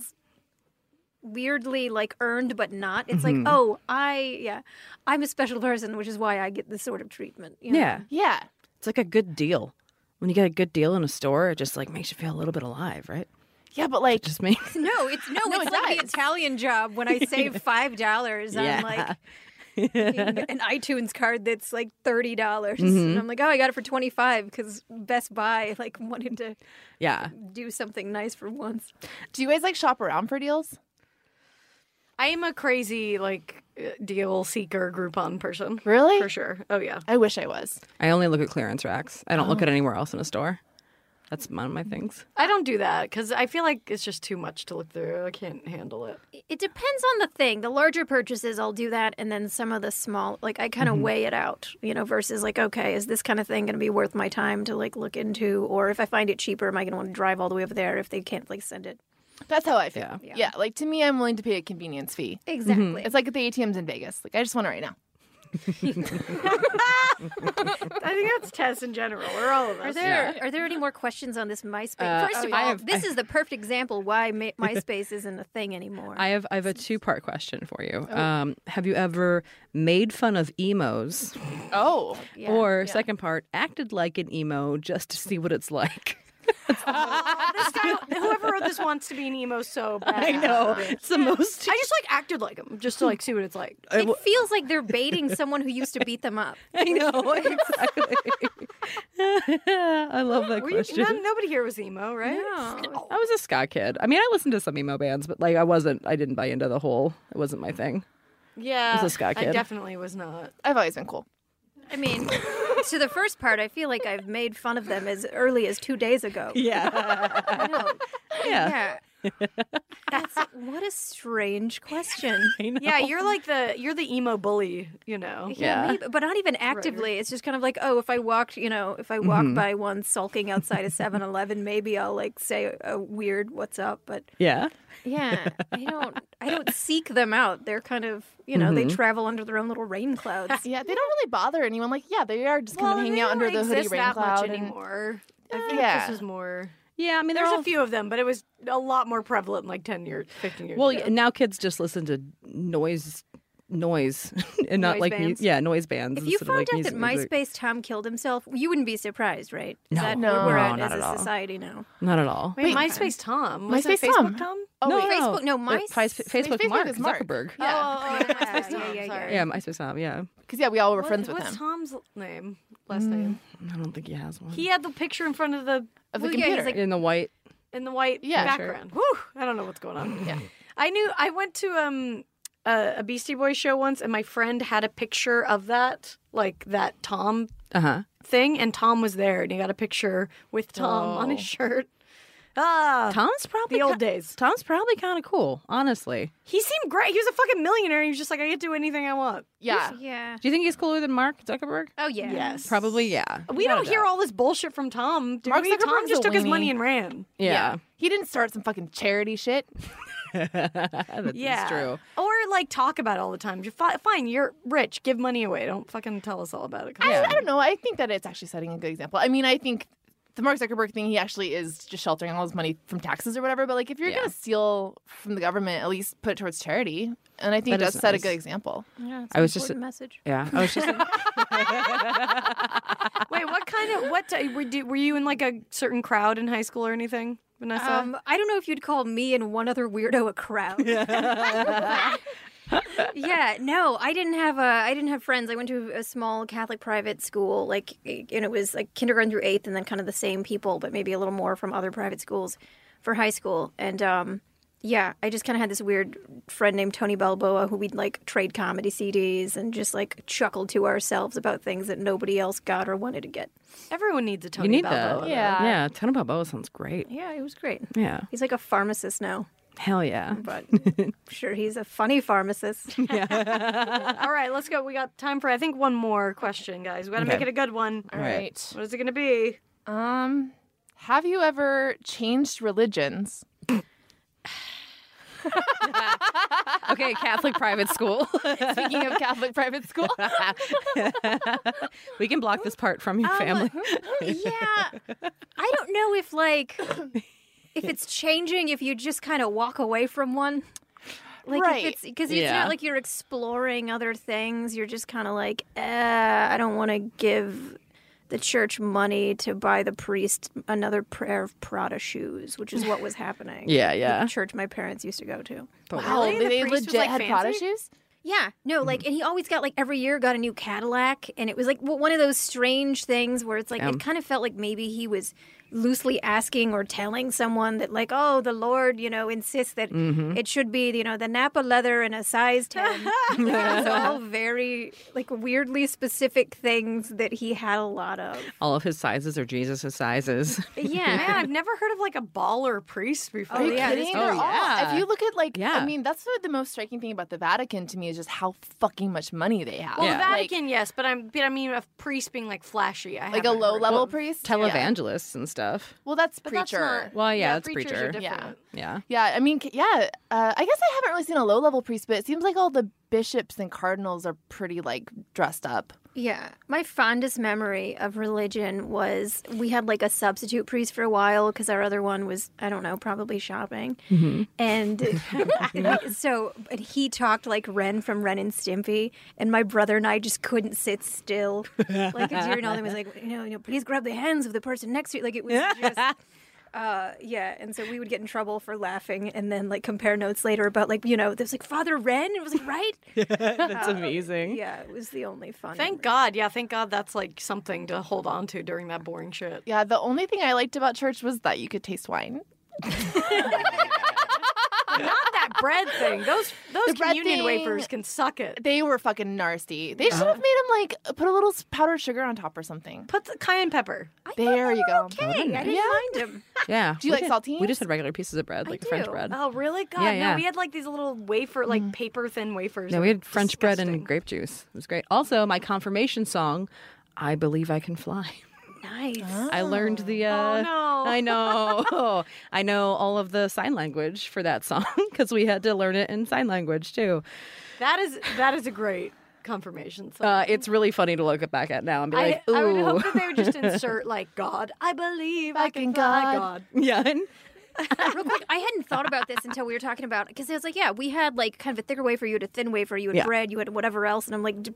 weirdly like earned, but not. It's like, oh, I yeah, I'm a special person, which is why I get this sort of treatment. you know?
yeah.
Yeah.
It's like a good deal. When you get a good deal in a store, it just like makes you feel a little bit alive, right? [laughs]
Yeah, but like
Just me.
[laughs]
[laughs]
No, it's no, it's
it
like the
does.
Italian job when I save five dollars
Yeah.
on like an iTunes card that's like thirty dollars, and I'm like, oh, I got it for twenty five because Best Buy [laughs] like wanted to
Yeah.
do something nice for once.
do you guys like shop around for deals?
I am a crazy like uh, deal seeker Groupon person.
Really?
For sure. Oh yeah.
I wish I was.
I only look at clearance racks. I don't look at anywhere else in a store. That's one of my things.
I don't do that because I feel like it's just too much to look through. I can't handle it.
It depends on the thing. The larger purchases, I'll do that, and then some of the small, like I
Mm-hmm.
kind of weigh it out, you know, versus like, okay, is this kind of thing going to be worth my time to like look into, or if I find it cheaper, am I going to want to drive all the way over there if they can't like send it?
Mm-hmm.
That's how I feel.
Yeah.
Yeah. Like to me, I'm willing to pay a convenience fee.
Exactly.
It's like at the ATMs in Vegas. Like I just want it right now.
I think that's Tess in general, or all of us.
Are there are there any more questions on this MySpace?
Uh,
First of
I
all,
have-
this is the perfect example
[laughs]
why Ma- MySpace isn't a thing anymore.
[laughs] I have I have a two part question for you. Um, have you ever made fun of emos,
Oh.
Yeah.
or second part, acted like an emo just to see what it's like?
This guy, whoever wrote this wants to be an emo
[laughs]
so bad. I
[laughs] it's the
[laughs]
most.
I just like acted like him just to like see what it's like.
it feels like they're baiting someone who used to beat them up.
I know [laughs] exactly. I love that
Were you,
question.
no, nobody here was emo, right?
I was a ska kid. I mean, I listened to some emo bands, but like I wasn't. I didn't buy into the whole. It wasn't my thing.
Yeah,
I was a ska
I
kid.
definitely was not.
I've always been cool.
I mean, to the first part, I feel like I've made fun of them as early as two days ago.
[laughs] Yeah.
[laughs] I know.
yeah.
Yeah. That's what a
[laughs]
strange question.
[laughs] Yeah, you're like the you're the emo bully, you know.
Yeah, maybe, but not even actively. It's just kind of like, oh, if I walked, you know, if I walk
Mm-hmm.
by one sulking outside a 7-Eleven, maybe I'll like say a weird "What's up?" But
Yeah.
yeah, I don't,
[laughs]
I don't seek them out. They're kind of, you know,
Mm-hmm.
they travel under their own little
[laughs]
rain clouds.
Yeah, they don't really bother anyone. Like, yeah, they are just kind of hanging out under the hoodie rain
that
cloud.
much
and-
anymore. I think
yeah.
this is more.
Yeah. I mean,
There's
there's
a few of them, but it was a lot more prevalent like ten years, fifteen years.
Well,
ago.
y now kids just listen to noise, noise, [laughs] and not
Noise
like mu-
bands.
yeah, noise bands.
If you
instead
found
of, like,
out that
music- music.
MySpace Tom killed himself, you wouldn't be surprised, right? Is
No.
that
No.
where we're
No,
at
not
as
at
a
all.
society now?
not at all.
wait, MySpace Tom, was
MySpace
Facebook
Tom.
Tom?
Oh,
no,
wait.
Facebook, no,
The
My-
Pies- Facebook,
Facebook
Mark
is Mark.
Zuckerberg.
Yeah, [laughs]
Oh, yeah, yeah, yeah, yeah.
Yeah, MySpace now. Yeah,
because yeah, we all were
What-
friends with
what's
him.
Tom's name? Last name.
I don't think he has one.
He had the picture in front of the
Of the
Well, yeah, he's
computer.
like-
in the white.
in the white
Yeah, sure.
background. Whew, I don't know what's going on. yeah. I knew I went to um a, a Beastie Boys show once and my friend had a picture of that, like that Tom
Uh huh.
thing, and Tom was there and he got a picture with Tom on
Oh.
his shirt. Ah,
Tom's probably
the old
ki-
days.
Tom's probably kind of cool, honestly.
He seemed great. He was a fucking millionaire. He was just like, I get to do anything I want.
yeah.
Yeah.
Do you think he's cooler than Mark Zuckerberg?
Oh yeah.
Yes.
Probably, yeah.
We don't hear all this bullshit from Tom. Do
Mark
we? Tom
Zuckerberg's
just
a
took his money
weenie.
and ran.
Yeah,
He didn't start some fucking charity shit.
that's
Yeah,
true.
Or like talk about it all the time. You're fi- fine. You're rich. Give money away. Don't fucking tell us all about it.
I, I don't know. I think that it's actually setting a good example. I mean, I think the Mark Zuckerberg thing, he actually is just sheltering all his money from taxes or whatever. But like, if you're
Yeah.
gonna steal from the government, at least put it towards charity. And I think
That
it
is
does set a
nice.
good example.
I was just
message.
yeah. I was just
Wait, what kind of what uh, were, do, were you in like a certain crowd in high school or anything, Vanessa?
Um, I don't know if you'd call me and one other weirdo a [laughs] crowd. Yeah. no, I didn't have a, I didn't have friends. I went to a small Catholic private school, like, and it was like kindergarten through eighth, and then kind of the same people, but maybe a little more from other private schools for high school. And um, yeah, I just kind of had this weird friend named Tony Balboa who we'd like trade comedy CDs and just like chuckle to ourselves about things that nobody else got or wanted to get.
Everyone needs a Tony
you need
Balboa.
that.
though.
Yeah.
yeah. Tony Balboa sounds great.
Yeah, it was great.
Yeah,
He's like a pharmacist now.
hell yeah. [laughs]
but sure he's a funny pharmacist.
All right, let's go. We got time for I think one more question, guys. We got to make it a good one.
All right.
What is it going to be?
Um, have you ever changed religions?
Okay, Catholic private school.
Speaking of Catholic private school,
[laughs] we can block this part from your family.
[laughs] yeah. I don't know if like if it's changing if you just kind of walk away from one. Like
Right.
if it's because it's
Yeah.
not like you're exploring other things. You're just kind of like, uh, I don't want to give the church money to buy the priest another pair of Prada shoes, which is what was
[laughs]
happening.
Yeah,
The
yeah.
church my parents used to go to.
wow,
Really? The
Oh, they
priest was,
legit
like,
had Prada
fancy?
shoes.
Yeah, no, like, and he always got like every year got a new Cadillac, and it was like well, one of those strange things where it's like it kind of felt like maybe he was loosely asking or telling someone that like, oh, the Lord, you know, insists that it should be you know the Napa leather and a size ten. like, it was all very like weirdly specific things that he had a lot of.
All of his sizes are Jesus' sizes.
Yeah,
Man, I've never heard of like a baller priest before.
Are you
yeah,
kidding?
oh,
They're all.
yeah.
If you look at like,
Yeah.
I mean, that's what the most striking thing about the Vatican to me is just how fucking much money they have.
Well, the
Yeah.
Like-
Vatican, yes, but I'm but I mean a priest being like flashy. I
like a
haven't
low
heard
level
of.
priest, Yeah.
Televangelists and stuff.
Well, that's
But that's
preacher.
not-
Well, yeah, that's
preachers
Preacher.
Are
Yeah.
different.
Yeah.
Yeah, I mean, c- yeah. Uh, I guess I haven't really seen a low level priest, but it seems like all the bishops and cardinals are pretty like dressed up.
Yeah. My fondest memory of religion was we had like a substitute priest for a while because our other one was, I don't know, probably shopping. And [laughs] so and he talked like Ren from Ren and Stimpy. And my brother and I just couldn't sit still. Like, during all them was like, you know, you know, please grab the hands of the person next to you. Like, it was just. Uh, yeah, and so we would get in trouble for laughing, and then like compare notes later about like you know there's like Father Wren, and it was like right,
That's amazing.
yeah, it was the only fun.
Thank God. Yeah, thank God that's like something to hold on to during that boring shit.
Yeah, the only thing I liked about church was that you could taste wine.
Not that bread thing. Those
[laughs]
those
bread
communion
thing-
wafers can suck it.
They were fucking nasty. They
Uh-huh.
should have made them like put a little s- powdered sugar on top or something.
Put the cayenne pepper.
there you go.
Hey, I didn't mind him.
Yeah.
Do you
We
like
did- We
saltines?
just had regular pieces of bread, like French
do.
bread.
Oh, really? God,
Yeah, yeah.
no. We had like these little wafer,
Mm.
like paper thin wafers.
No,
They
we
were
had French bread
disgusting.
and grape juice. It was great. Also, my confirmation song, I Believe I Can Fly.
Nice.
I learned the. Uh,
Oh, no.
[laughs]
[laughs]
I know. I know all of the sign language for that song [laughs] because we had to learn it in sign language too.
That is that is a great confirmation. So.
Uh, it's really funny to look it back at now and be
I,
like,
I would
ooh.
hope that they would
[laughs]
just insert like God. I believe I
Back in
can fly
God.
[laughs]
God.
[laughs] yeah. and-
Real quick, I hadn't thought about this until we were talking about because I was like, yeah, we had like kind of a thicker wafer, you had a thin wafer, you had
Yeah.
bread, you had whatever else, and I'm like, do,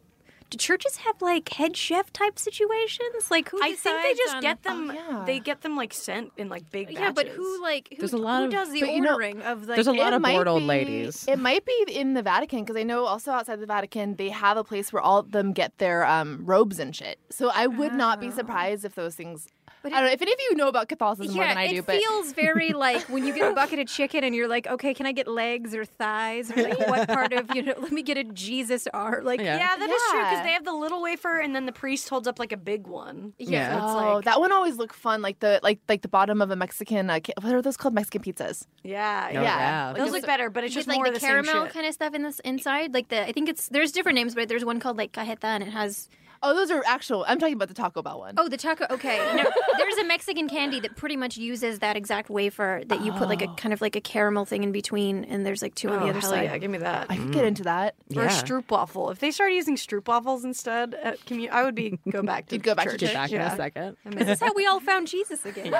do churches have like head chef type situations? Like who?
I think they
decides
just
on-
get them.
yeah.
They get them like sent in like big batches.
Yeah, but who like who,
There's a lot
who
of-
does the
but you know-
ordering of like?
There's a lot
It
of
might
bored old
be-
ladies.
It might be in the Vatican because I know also outside the Vatican they have a place where all of them get their um, robes and shit. So I would not
Oh.
be surprised if those things.
But
I don't know if any of you know about Catholicism more
yeah,
than I
[laughs] it
do, but
feels very like when you get a bucket of chicken and you're like, okay, can I get legs or thighs or like what part of you know? [laughs] Let me get a Jesus art. Like
Yeah.
Yeah, that is true
Yeah.
because they have the little wafer and then the priest holds up like a big one.
Yeah.
So it's
oh,
like
that one always looked fun. Like the like like the bottom of a Mexican. Uh, ca- what are those called? Mexican pizzas.
yeah,
Oh,
yeah.
yeah.
yeah.
Those look better, but it's
With
just
like
more
the,
of the
caramel
same shit.
kind of stuff in this inside, like the I think it's there's different names, but there's one called like cajeta, and it has
Oh, those are actual. I'm talking about the Taco Bell one.
oh the taco. Okay, [laughs] no, there's a Mexican candy that pretty much uses that exact wafer that you put like a kind of like a caramel thing in between, and there's like two on the
Oh,
other
hell
side.
yeah, give me that.
I could get into that.
Or
Mm. Yeah.
stroopwafel. If they started using stroopwafels instead at commu- I would be go back to
[laughs]
You'd go back to
church.
church.
Back in
Yeah.
a second.
This is how we all found Jesus again.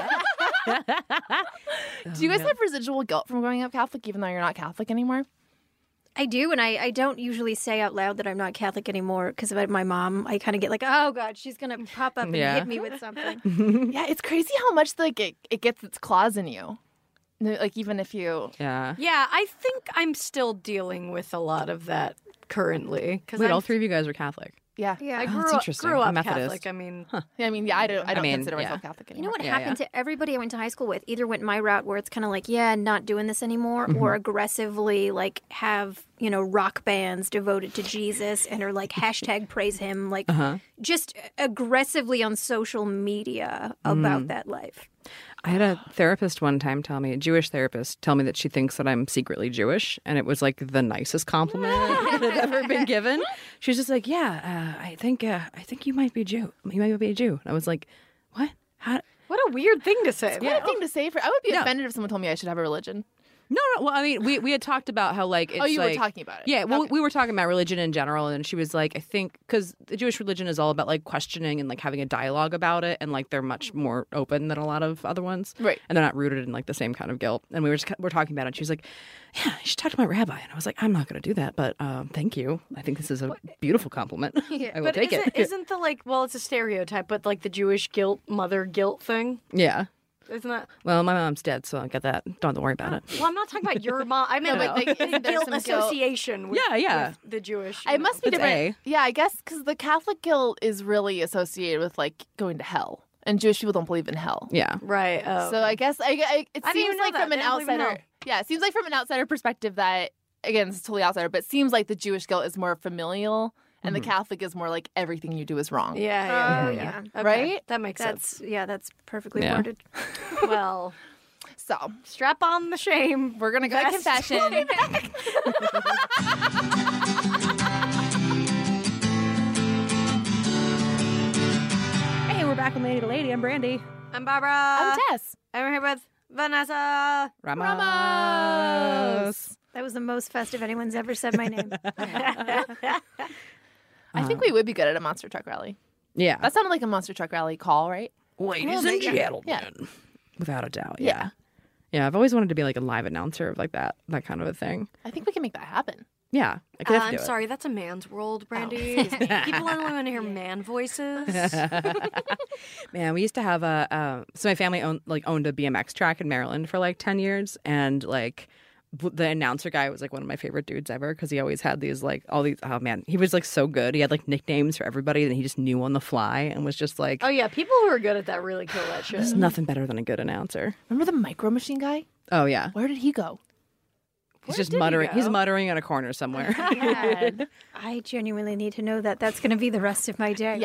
Do you guys have residual guilt from growing up Catholic, even though you're not
[laughs]
Catholic anymore?
[laughs] I do, and I, I don't usually say out loud that I'm not Catholic anymore because of my mom. I kind of get like, oh god, she's gonna pop up and
Yeah.
hit me with something.
yeah, it's crazy how much like it, it gets its claws in you. No, Like even if you
Yeah.
Yeah, I think I'm still dealing with a lot of that currently. Cause
Wait,
I'm-
all three of you guys were Catholic.
yeah.
[laughs] Yeah.
I
You
that's
grew, up,
interesting.
grew
I'm
up
Methodist.
Catholic. I mean,
I mean, yeah, I don't I don't
mean,
consider myself
yeah.
Catholic
know
anymore.
what
Yeah,
happened to everybody I went to high school with? Either went my route where it's kind of like, yeah, not doing this anymore,
Mm-hmm.
or aggressively like have you know rock bands devoted to Jesus and are like hashtag praise him, like
Uh-huh.
just aggressively on social media
Mm.
about that life.
I had a therapist one time tell me, a Jewish therapist, tell me that she thinks that I'm secretly Jewish. And it was like the nicest compliment that had ever been given. She was just like, Yeah, uh, I think uh, I think you might be Jew. You might be a Jew. And I was like, What? How?
what a weird thing to say.
What a thing to say for I would be
No.
offended if someone told me I should have a religion.
No, no. Well, I mean, we, we had talked about how, like, it's
Oh, you were
like-
talking about it.
Yeah, well,
Okay.
we were talking about religion in general. And she was like, I think, because the Jewish religion is all about, like, questioning and, like, having a dialogue about it. And, like, they're much more open than a lot of other ones.
Right.
and they're not rooted in like the same kind of guilt. And we were just ki- we're talking about it. And she was like, "Yeah, I should talk to my rabbi." And I was like, "I'm not going to do that, but um, thank you. I think this is a beautiful
[laughs]
compliment. I will
But
take
isn't,
it."
isn't the like, well, it's a stereotype, but like the Jewish guilt, mother guilt thing?
[laughs] yeah.
Isn't that?
Well, my mom's dead, so I got that. Don't have to worry
Oh.
about it.
Well, I'm not talking about your mom.
[laughs]
I mean,
No, but,
like,
like,
the
isn't there
guilt
some guilt-
association with,
Yeah, yeah.
with the Jewish. you
I
know.
must be
That's
different. Yeah, I guess because the Catholic guilt is really associated with like going to hell, and Jewish people don't believe in hell.
Yeah.
Right. Oh.
So I guess I, I, it
I didn't
seems
even know
like
that.
from an
They don't believe in
outsider.
hell.
Yeah, it seems like from an outsider perspective that again, it's totally outsider, but it seems like the Jewish guilt is more familial, and the Catholic is more like everything you do is wrong.
Mm-hmm. yeah,
Oh,
yeah, yeah,
yeah.
yeah. Okay,
Right?
That makes
That's yeah, that's perfectly
Yeah.
worded. [laughs]
sense. well,
So
strap on the shame.
we're gonna go to confession. [laughs]
Hey, we're back on Lady to Lady. I'm Brandy.
I'm Barbara.
I'm Tess.
And we're here with Vanessa.
Ramos.
That was the most festive anyone's ever said
[laughs]
my name.
I
uh.
think we would be good at a monster truck rally.
Yeah.
That sounded like a monster truck rally call, right?
Ladies and gentlemen.
Yeah.
Without a doubt.
Yeah.
Yeah. yeah. I've always wanted to be like a live announcer of like that, that kind of a thing.
I think we can make that happen.
Yeah. I
Uh,
could have
I'm
to do
sorry, that's a man's world, Brandy. [laughs] People only want to hear man voices.
It. Man, we used to have a, uh, so my family owned, like owned a BMX track in Maryland for like 10 years. And like, b- the announcer guy was like one of my favorite dudes ever because he always had these like all these oh man he was like so good he had like nicknames for everybody that he just knew on the fly and was just like
[laughs] Oh yeah, people who are good at that really kill that shit.
there's nothing better than a good announcer
Remember the micro machine guy?
oh yeah
Where did he go?
he's just muttering he's muttering in a
[laughs]
corner somewhere
I genuinely need to know that. That's going to be the rest of my day.
[laughs]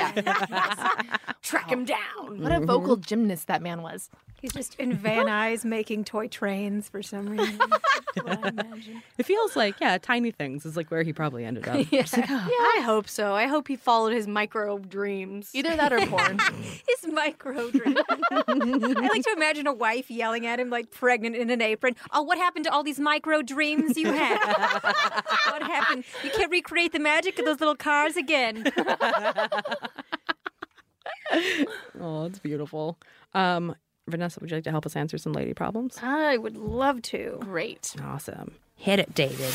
Track him down.
[laughs] What a vocal gymnast that man was.
He's just in
[laughs]
Van Nuys making toy trains for some reason. That's what I imagine.
It feels like, yeah, tiny things is like where he probably
[laughs]
ended up.
I hope so. I hope he followed his micro dreams.
Either that or porn.
His micro dream. I like to imagine a wife yelling at him, like pregnant in an apron. Oh, what happened to all these micro dreams you had?
[laughs]
what happened? You can't recreate the magic of those little cars again.
Oh, it's beautiful. Um, Vanessa, would you like to help us answer some lady problems?
I would love to.
[laughs] Great.
Awesome.
Hit it, David.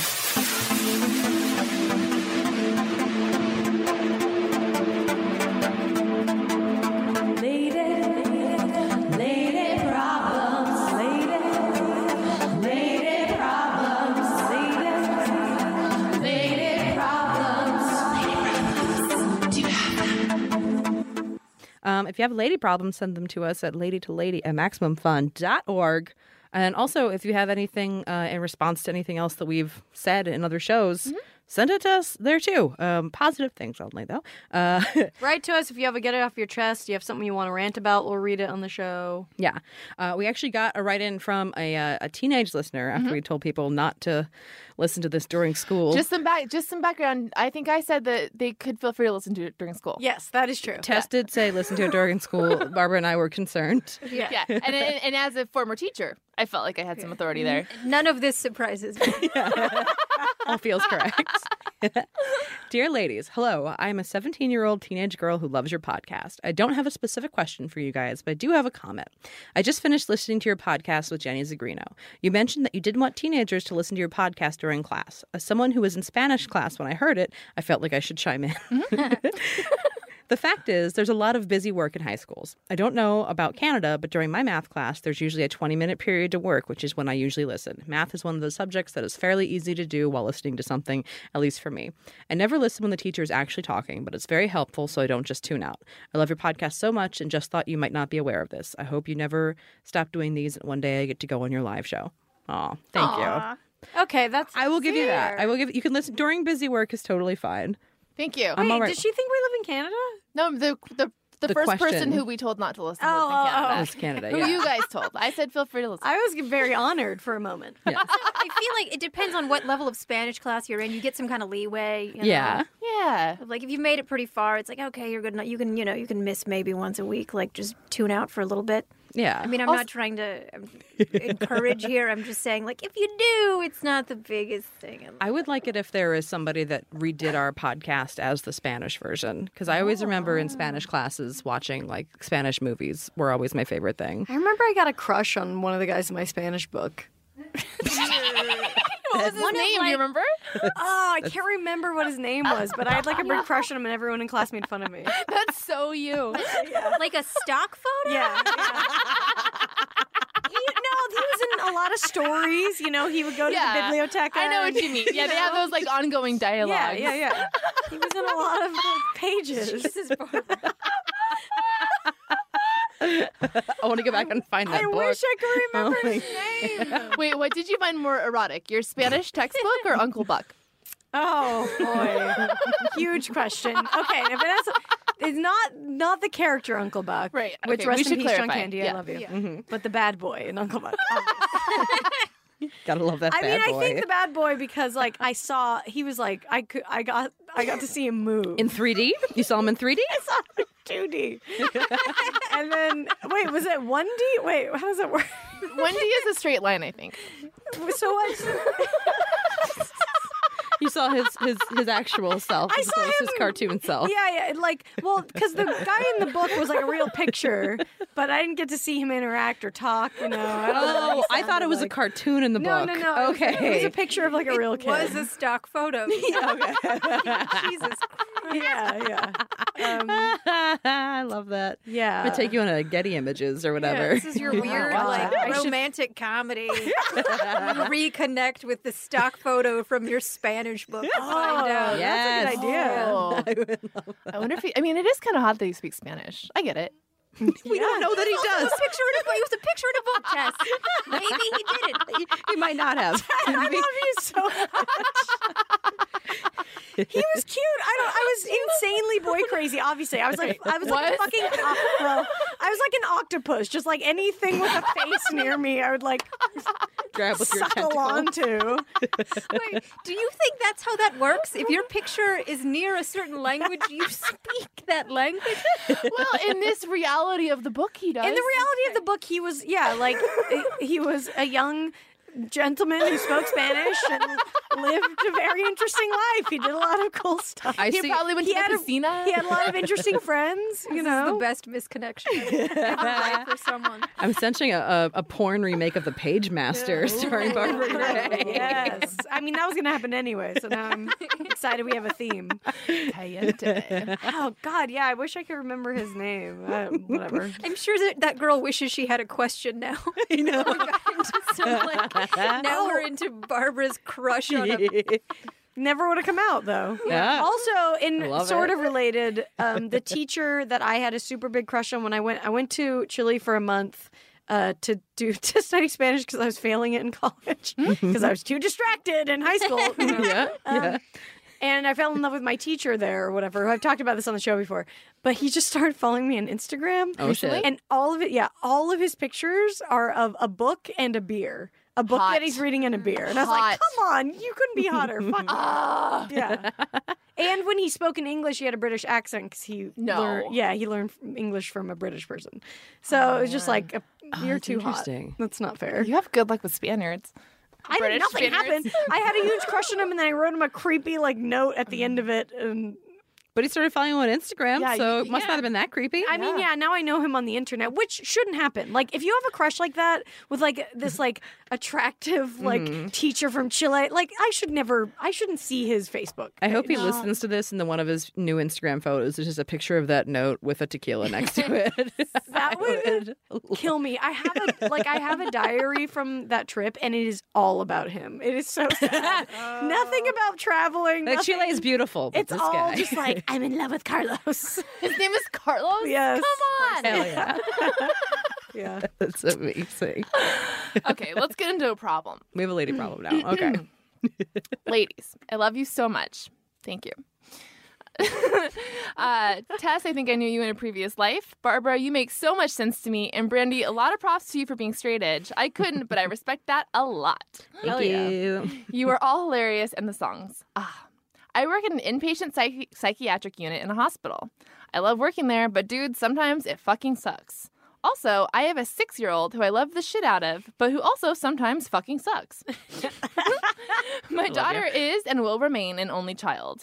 Um, if you have lady problems, send them to us at ladytolady at maximumfun.org. And also, if you have anything uh, in response to anything else that we've said in other shows,
Mm-hmm.
send it to us there too. Um, positive things only, though. Uh, [laughs]
Write to us if you have a get it off your chest. You have something you want to rant about. We'll read it on the show.
Yeah. Uh, we actually got a write in from a, uh, a teenage listener
Mm-hmm.
after we told people not to listen to this during school.
Just some back just some background. I think I said that they could feel free to listen to it during school.
Yes, that is true.
Tess did say listen to it during school. Barbara and I were concerned.
Yeah.
Yeah. And, and and as a former teacher, I felt like I had some authority there.
None of this surprises me.
All feels correct. [laughs] Dear ladies, hello. I am a 17 year old teenage girl who loves your podcast. I don't have a specific question for you guys, but I do have a comment. I just finished listening to your podcast with Jenny Zagrino. You mentioned that you didn't want teenagers to listen to your podcast during class. As someone who was in Spanish class when I heard it, I felt like I should chime in. The fact is, there's a lot of busy work in high schools. I don't know about Canada, but during my math class, there's usually a 20 minute period to work, which is when I usually listen. Math is one of those subjects that is fairly easy to do while listening to something, at least for me. I never listen when the teacher is actually talking, but it's very helpful so I don't just tune out. I love your podcast so much and just thought you might not be aware of this. I hope you never stop doing these and one day I get to go on your live show. Aw, thank you.
Okay, that's.
I will give you that. I will give you can listen during busy work is totally fine.
Thank you.
I'm all
Wait,
right.
does she think we live in Canada?
No, the the the,
The
first person
question.
who we told not to listen
Oh,
was in Canada.
That's Canada.
Who
oh. yeah.
you guys told. I said feel free to listen.
I was very honored for a [laughs] moment.
I feel like it depends on what level of Spanish class you're in. You get some kind of leeway. You know?
yeah.
yeah.
Like if you've made it pretty far, it's like okay, you're good enough. You can you know you can miss maybe once a week, like just tune out for a little bit.
Yeah.
I mean, I'm not trying to um, encourage here. I'm just saying, like, if you do, it's not the biggest thing. in
I would like it if there is somebody that redid our podcast as the Spanish version because I always remember in Spanish
Oh.
classes watching like Spanish movies were always my favorite thing.
I remember I got a crush on one of the guys in my Spanish book.
What was his
One of,
name? Do
like-
you remember?
Oh, I can't remember what his name was, but I had like a [laughs] big crush on him, and everyone in class made fun of [laughs] me.
That's so you.
life. like a stock photo.
Yeah. [laughs] He, no, he was in a lot of stories. You know, he would go to the
Yeah.
bibliotheca.
[laughs] I know
and-
what you mean. Yeah, they have those like ongoing
Yeah,
dialogues.
yeah, yeah. He was in a lot of pages.
I want to go back and find that
I
book.
wish I could remember
Oh my-
his name.
Wait, what did you find more erotic? Your Spanish textbook or Uncle Buck?
Oh boy, huge question. Okay, now Vanessa is not not the character Uncle Buck,
Right,
Which
okay, we
rest in
should
peace, John
clarify.
Candy. I
Yeah. Oh.
love you,
Mm-hmm.
but the bad boy in Uncle Buck.
Gotta love that
I mean,
bad
I
boy.
think the bad boy because like I saw he was like I could I got I got to see him move.
in 3D, you saw him in 3D.
2D. [laughs] and then, wait, was it 1D? Wait, how does it work? [laughs]
Wendy is a straight line, I think. [laughs]
So
[laughs]
I,
You saw his his his actual self.
[laughs] I
as
saw
opposed to his
him-
cartoon self.
[laughs] yeah, yeah, like, well, because the guy in the book was like a real picture, but I didn't get to see him interact or talk, you know. I don't know what he
Oh, I thought
sounded
it was a
like.
cartoon in the
No, no,
book.
no. it was-
Okay.
It was a picture of like a real kid.
was a stock [laughs] photo. Jesus
yeah, yeah. Um,
[laughs] I love that.
yeah.
I'm gonna take you on a Getty Images or
[laughs]
whatever.
This is your weird,
wow.
like,
Um, [laughs] I should-
romantic [laughs] comedy. you reconnect with the stock photo from your Spanish book. to find
Oh,
out.
yes.
That's a good idea.
Oh. I wonder if he, I mean, it is kind of hot that he speaks Spanish. I get it.
[laughs] we don't know that he does.
Picture in a book. It was a picture in a book, Jess. Maybe he didn't.
he, [laughs] he might not have.
[laughs] I love you so much. he was cute. I don't. I was insanely boy crazy. Obviously, I was like, I was like a
What?
fucking. oc- Well, I was like an octopus. Just like anything with a face near me, I would like
[laughs] Grab with your
suckle
tentacle.
onto.
Wait, do you think that's how that works? If your picture is near a certain language, you [laughs] speak that language?
Well, in this reality of the book, he does.
In the reality of the book, he was yeah, like he was a young gentleman who spoke Spanish and lived a very interesting life. He did a lot of cool stuff.
I
he
see.
probably went
he
to
had
the
a-
casino.
he had a lot of interesting
[laughs]
friends. You
The
know,
best misconnection I've
[laughs]
ever read for someone.
I'm sensing a, a, a porn remake of The Page Master [laughs]
[laughs]
starring Barbara Gray.
yes. I mean, that was going to happen anyway. So now I'm excited we have a theme.
Caliente.
Oh, God. Yeah. I wish I could remember his name. Uh, whatever.
I'm sure that that girl wishes she had a question [laughs]
[laughs]
now. I know.
Oh.
now we're into Barbara's crush on a
[laughs]
[laughs] Never would have come out, though.
Yeah.
Also,
I
in
love
sort
it.
of
[laughs]
related, um, the teacher that I had a super big crush on when I went, I went to Chile for a month. Uh, to do [laughs] to study Spanish because I was failing it in [laughs] college because I was too distracted in high school.
[laughs]
you know.
Hmm.
Um,
yeah. yeah.
And I fell in love with my teacher there or whatever. who I've talked about this on the show before. But he just [laughs] started following me on Instagram.
Oh, shit.
And all of it, yeah, all of his pictures are of a book and a beer. A book
Hot.
that he's reading and a beer. And I was like,
Hot.
come on, you couldn't be hotter. Fuck.
[laughs]
off." yeah. And when he spoke in English, he had a British accent because he
No.
learned- yeah, he learned English from a British person. So it was just like, a, you're
that's
too hot.
interesting.
That's not fair.
You have good luck with Spaniards.
I did
British
nothing
spinners.
happened. I had a huge crush on him, and then I wrote him a creepy like note at the end of it. And
But he started following you on Instagram,
Yeah,
so
you-
it must not have been that creepy.
I mean, yeah, now I know him on the internet, which shouldn't happen. Like, if you have a crush like that with like this like attractive like teacher from Chile, like I should never, I shouldn't see his Facebook.
I hope he
page.
listens to this and the one of his new Instagram photos is just a picture of that note with a tequila next to it.
[laughs] That would kill me. I have a
[laughs]
like I have a diary from that trip, and it is all about him. It is
[laughs]
so sad. Nothing about traveling.
like
nothing-
Chile Oh. is beautiful. But
It's
this
all
guy.
just
[laughs]
like I'm in love with Carlos.
His name is Carlos.
yes.
Come on.
[laughs] Yeah.
[laughs] That's amazing.
okay, let's get into a problem.
We have a lady problem now. Okay.
Ladies, I love you so much. Thank you. [laughs] uh, Tess, I think I knew you in a previous life. Barbara, you make so much sense to me. And Brandy, a lot of props to you for being straight edge. I couldn't, but I respect that a lot.
Thank you.
You are all hilarious and the songs. Ah. I work in an inpatient psych- psychiatric unit in a hospital. I love working there, but dude, sometimes it fucking sucks. Also, I have a six year old who I love the shit out of, but who also sometimes fucking sucks. my daughter is and will remain an only child.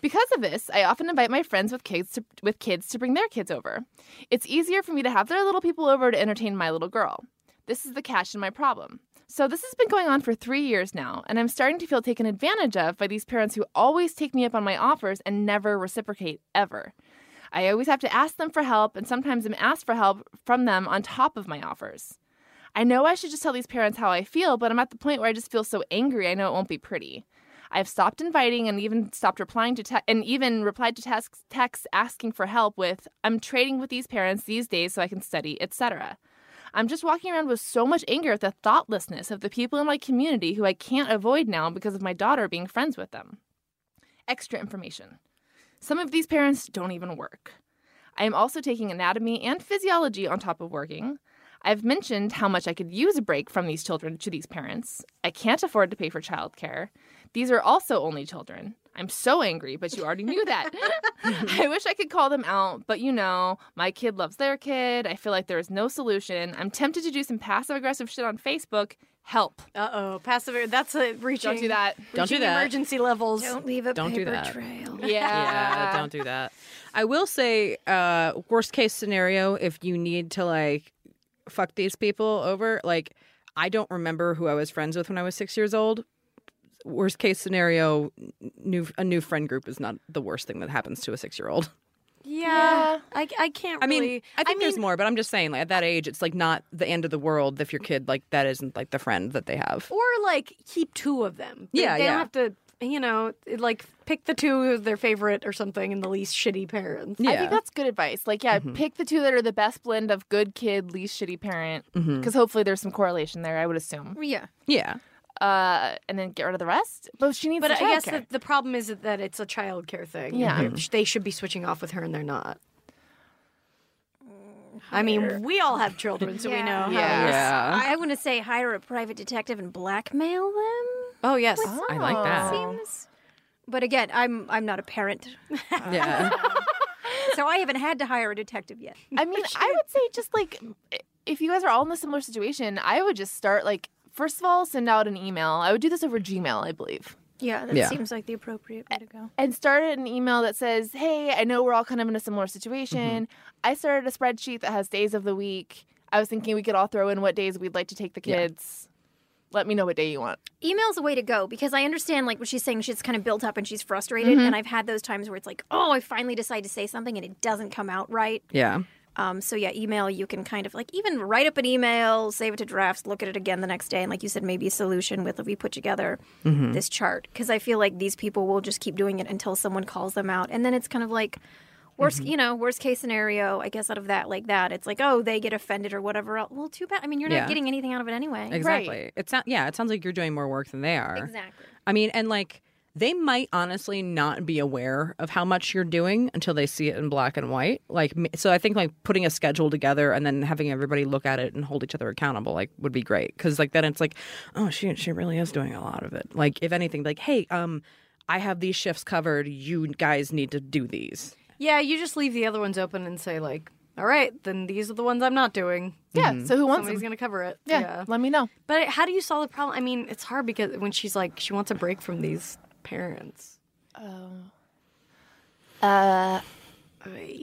because of this, I often invite my friends with kids to, with kids to bring their kids over. It's easier for me to have their little people over to entertain my little girl. This is the catch in my problem. So this has been going on for three years now, and I'm starting to feel taken advantage of by these parents who always take me up on my offers and never reciprocate ever. I always have to ask them for help, and sometimes I'm asked for help from them on top of my offers. I know I should just tell these parents how I feel, but I'm at the point where I just feel so angry I know it won't be pretty. I've stopped inviting and even stopped replying to te- and even replied to tasks, texts asking for help with I'm trading with these parents these days so I can study, etc. I'm just walking around with so much anger at the thoughtlessness of the people in my community who I can't avoid now because of my daughter being friends with them. Extra information. Some of these parents don't even work. I am also taking anatomy and physiology on top of working. I've mentioned how much I could use a break from these children to these parents. I can't afford to pay for childcare. These are also only children. I'm so angry, but you already knew that. [laughs] I wish I could call them out, but you know, my kid loves their kid. I feel like there is no solution. I'm tempted to do some passive aggressive shit on Facebook. Help.
Uh oh, passive. That's a reaching.
Don't do that.
Don't do
reaching
that.
Emergency levels.
Don't leave a
Don't do
paper
that.
trail.
Yeah.
Uh,
yeah, [laughs] don't do that. I will say, uh, worst case scenario, if you need to like fuck these people over, like I don't remember who I was friends with when I was six years old. Worst case scenario, n- new a new friend group is not the worst thing that happens to a six year old.
Yeah, I, I can't.
I mean,
really-
[laughs] I think there's more, but I'm just saying, like at that age, it's like not the end of the world if your kid like that isn't like the friend that they have.
or like keep two of them. They,
Yeah,
they
yeah.
don't have to. You know, like pick the two who's their favorite or something, and the least shitty parents.
I think
Yeah, Mm-hmm.
that's good advice. Like, yeah, pick the two that are the best blend of good kid, least shitty parent, because
Mm-hmm.
hopefully there's some correlation there. I would assume.
Yeah.
yeah.
Uh, and then get rid of the rest. But she needs.
But
the
I guess
childcare.
that the problem is that it's a child care thing.
Yeah.
They're- they should be switching off with her, and they're not. I mean, we all have children, so we
Mm, Yeah.
know. how-
Yeah.
I, want to say hire a private detective and blackmail them.
Oh yes.
I like that.
Oh.
Seems. But again, I'm I'm not a parent,
[laughs]
[laughs]
Yeah.
so I haven't had to hire a detective yet.
I mean, I would say just like i- if you guys are all in a similar situation, I would just start like first of all send out an email. I would do this over Gmail, I believe.
Yeah, that
Yeah.
seems like the appropriate way to go.
and started an email that says, "Hey, I know we're all kind of in a similar situation.
Mm-hmm.
I started a spreadsheet that has days of the week. I was thinking we could all throw in what days we'd like to take the kids. Let me know what day you want."
Email's the way to go because I understand like what she's saying. She's kind of built up and she's frustrated,
Mm-hmm.
and I've had those times where it's like, oh, I finally decide to say something and it doesn't come out right.
yeah.
Um, so yeah, email you can kind of like even write up an email, save it to drafts, look at it again the next day, and like you said, maybe a solution with if we put together
Mm-hmm.
this chart because I feel like these people will just keep doing it until someone calls them out, and then it's kind of like worst,
Mm-hmm.
you know, worst case scenario. I guess out of that like that, it's like oh they get offended or whatever. Else. Well, too bad. I mean, you're
Yeah.
not getting anything out of it anyway.
Exactly. It sounds yeah. It sounds like you're doing more work than they are.
Exactly.
I mean, and like they might honestly not be aware of how much you're doing until they see it in black and white. Like, m- so I think like putting a schedule together and then having everybody look at it and hold each other accountable, like, would be great. Cause like then it's like, oh, she, she really is doing a lot of it. Like, if anything, like, hey, um, I have these shifts covered. You guys need to do these.
Yeah, you just leave the other ones open and say like, "All right, then these are the ones I'm not doing.
Yeah.
Mm-hmm.
So who wants
Somebody's
them?
gonna cover it."
Yeah, Let me know.
But how do you solve the problem? I mean, it's hard because when she's like, she wants a break from these parents.
Uh,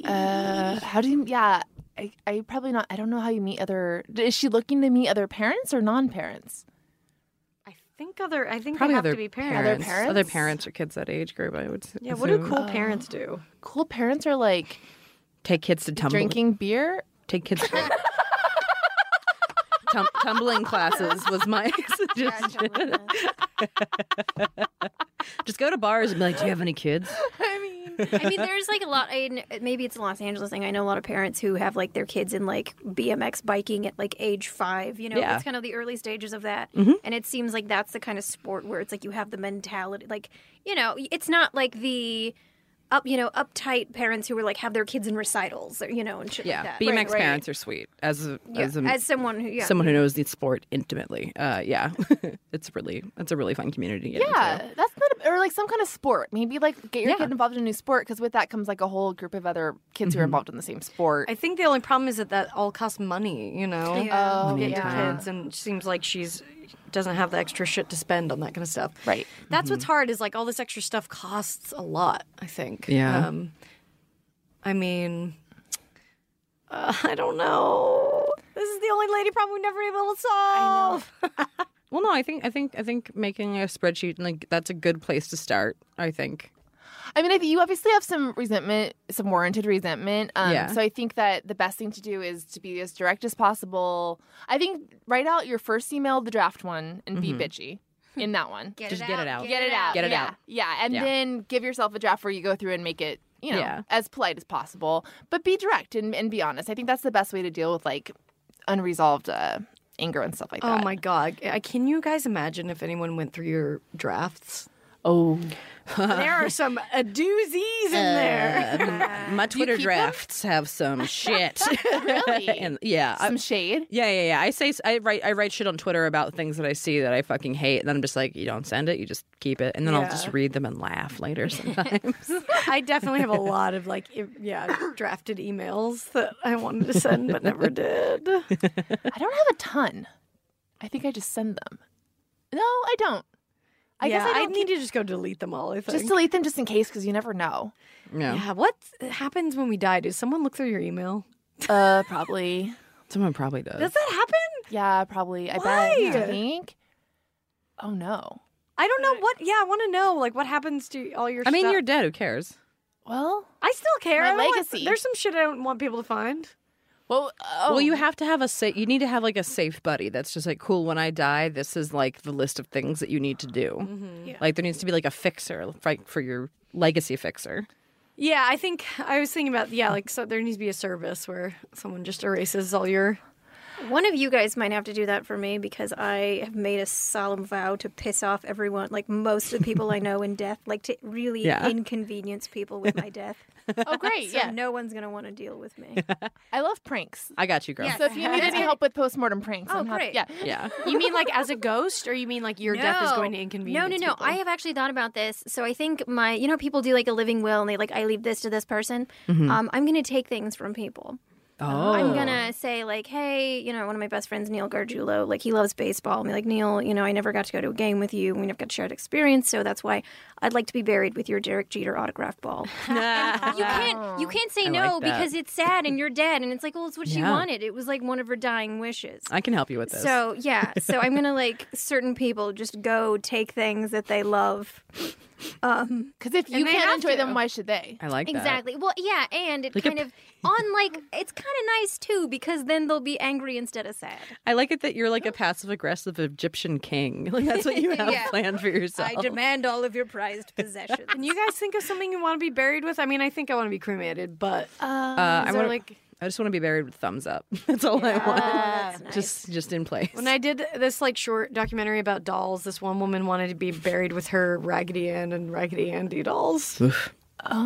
uh, how do you? Yeah. I, I probably not. I don't know how you meet other. Is she looking to meet other parents or non-parents?
I think other. I think
Probably
they have
other
to be parents.
parents,
parents?
other parents or kids that age group. I would. s-
Yeah. What do
assume.
cool parents do?
Cool parents are like
take kids to tumble?
drinking beer.
take kids to Tum- tumbling classes was my suggestion. [laughs] Just go to bars and be like, "Do you have any kids?"
I mean, there's like a lot. In, maybe it's a Los Angeles thing. I know a lot of parents who have like their kids in like BMX biking at like age five. You know,
Yeah.
it's kind of the early stages of that. And it seems like that's the kind of sport where it's like you have the mentality, like you know, it's not like the up, you know, uptight parents who were like have their kids in recitals, or, you know, and shit
Yeah,
like that.
BMX
Right, right.
parents are sweet. As a,
Yeah,
as, a,
as someone who, yeah,
someone who knows the sport intimately, uh, yeah, [laughs] it's really it's a really fun community. To get
Yeah,
into.
that's not, a, or like some kind of sport. Maybe like get your
Yeah.
kid involved in a new sport because with that comes like a whole group of other kids who are involved in the same sport.
Mm-hmm. I think the only problem is that that all costs money. You know.
Yeah.
Oh,
Get
yeah.
kids, and it seems like she's doesn't have the extra shit to spend on that kind of stuff.
Right.
That's
Mm-hmm.
what's hard is like all this extra stuff costs a lot. I think.
Yeah.
Um, I [laughs] mean, uh, I don't know. Oh This is the only lady problem we never able to solve.
Well, no, I think I think I think making a spreadsheet like that's a good place to start. I think.
I mean, I think you obviously have some resentment, some warranted resentment. Um,
Yeah.
So I think that the best thing to do is to be as direct as possible. I think write out your first email, the draft one, and be bitchy in that one.
Get
Just get it out.
Get it out.
Mm-hmm. Get it
yeah.
out.
Yeah. And
Yeah.
then give yourself a draft where you go through and make it, you know,
Yeah.
as polite as possible. But be direct and, and be honest. I think that's the best way to deal with like unresolved uh, anger and stuff like
Oh
that.
my god! I, can you guys imagine if anyone went through your drafts?
Oh.
there are some uh, doozies
[laughs]
in there.
Uh, my Twitter
keep them?
drafts have some shit. [laughs]
Really?
and, yeah. I-
Some shade.
yeah, yeah, yeah. I say I write I write shit on Twitter about things that I see that I fucking hate, and then I'm just like, you don't send it, you just keep it, and then I'll just
Yeah.
read them and laugh later [laughs] sometimes.
I definitely [laughs] have a lot of like, i- yeah, drafted emails that I wanted to send but never did.
I don't have a ton. I think I just send them. No, I don't. I guess I don't
need to just go delete them all. I think.
Just delete them just in case because you never know.
no,
yeah, what happens when we die? Does someone look through your email?
Uh, probably.
someone probably does.
Does that happen?
Yeah, probably. I
Why?
bet. I think. Oh no.
I don't know what. Yeah, I want to know like what happens to all your.
I mean,
stuff.
you're dead. Who cares?
Well.
I still care.
My
I don't want-
legacy.
there's some shit I don't want people to find.
Well. Oh.
Well, you have to have a safe. You need to have like a safe buddy. That's just like cool. When I die, this is like the list of things that you need to do. Like there needs to be like a fixer, like for your legacy fixer.
Yeah, I think I was thinking about yeah, like so there needs to be a service where someone just erases all your.
One of you guys might have to do that for me because I have made a solemn vow to piss off everyone, like most of the people I know in death, like to really
Yeah.
inconvenience people with my death.
Oh, [laughs] great.
So
yeah.
no one's gonna want to deal with me.
I love pranks.
I got you, girl.
So if you need any help with postmortem pranks,
Oh,
I'm happy-
great.
Yeah.
Yeah.
You mean like as a ghost, or you mean like your death is going to inconvenience?
No, no, no.
people?
I have actually thought about this. So I think my, you know, how people do like a living will and they like, I leave this to this person. Um, I'm going to take things from people.
Oh,
I'm going to say, like, hey, you know, one of my best friends, Neil Gargiulo, like, he loves baseball. I'm like, Neil, you know, I never got to go to a game with you. We never got shared experience. So that's why I'd like to be buried with your Derek Jeter autograph ball. you can't, [laughs] you can't say
I
no
like that.
because it's sad and you're dead. And it's like, well, it's what she
Yeah.
wanted. It was like one of her dying wishes.
I can help you with this.
So yeah, so I'm gonna like certain people just go take things that they love. Um,
Because if you
And they
can't
have
enjoy them,
to.
why should they?
I like that.
exactly. Well, yeah, and it
Like a
kind of
[laughs]
on like it's kind of nice too because then they'll be angry instead of sad.
I like it that you're
Oh.
like a passive aggressive Egyptian king. [laughs] Like that's
[laughs]
what you have
Yeah.
planned for yourself.
demand all of your [laughs] prized possessions.
Can you guys think of something you want to be buried with? I mean, I think I want to be cremated, but
uh, I
is
want
there
like.
like
I just want to be buried with thumbs up. [laughs] That's all I want. Just just in place.
when I did this like short documentary about dolls, this one woman wanted to be buried with her Raggedy Ann and Raggedy Andy dolls. oh,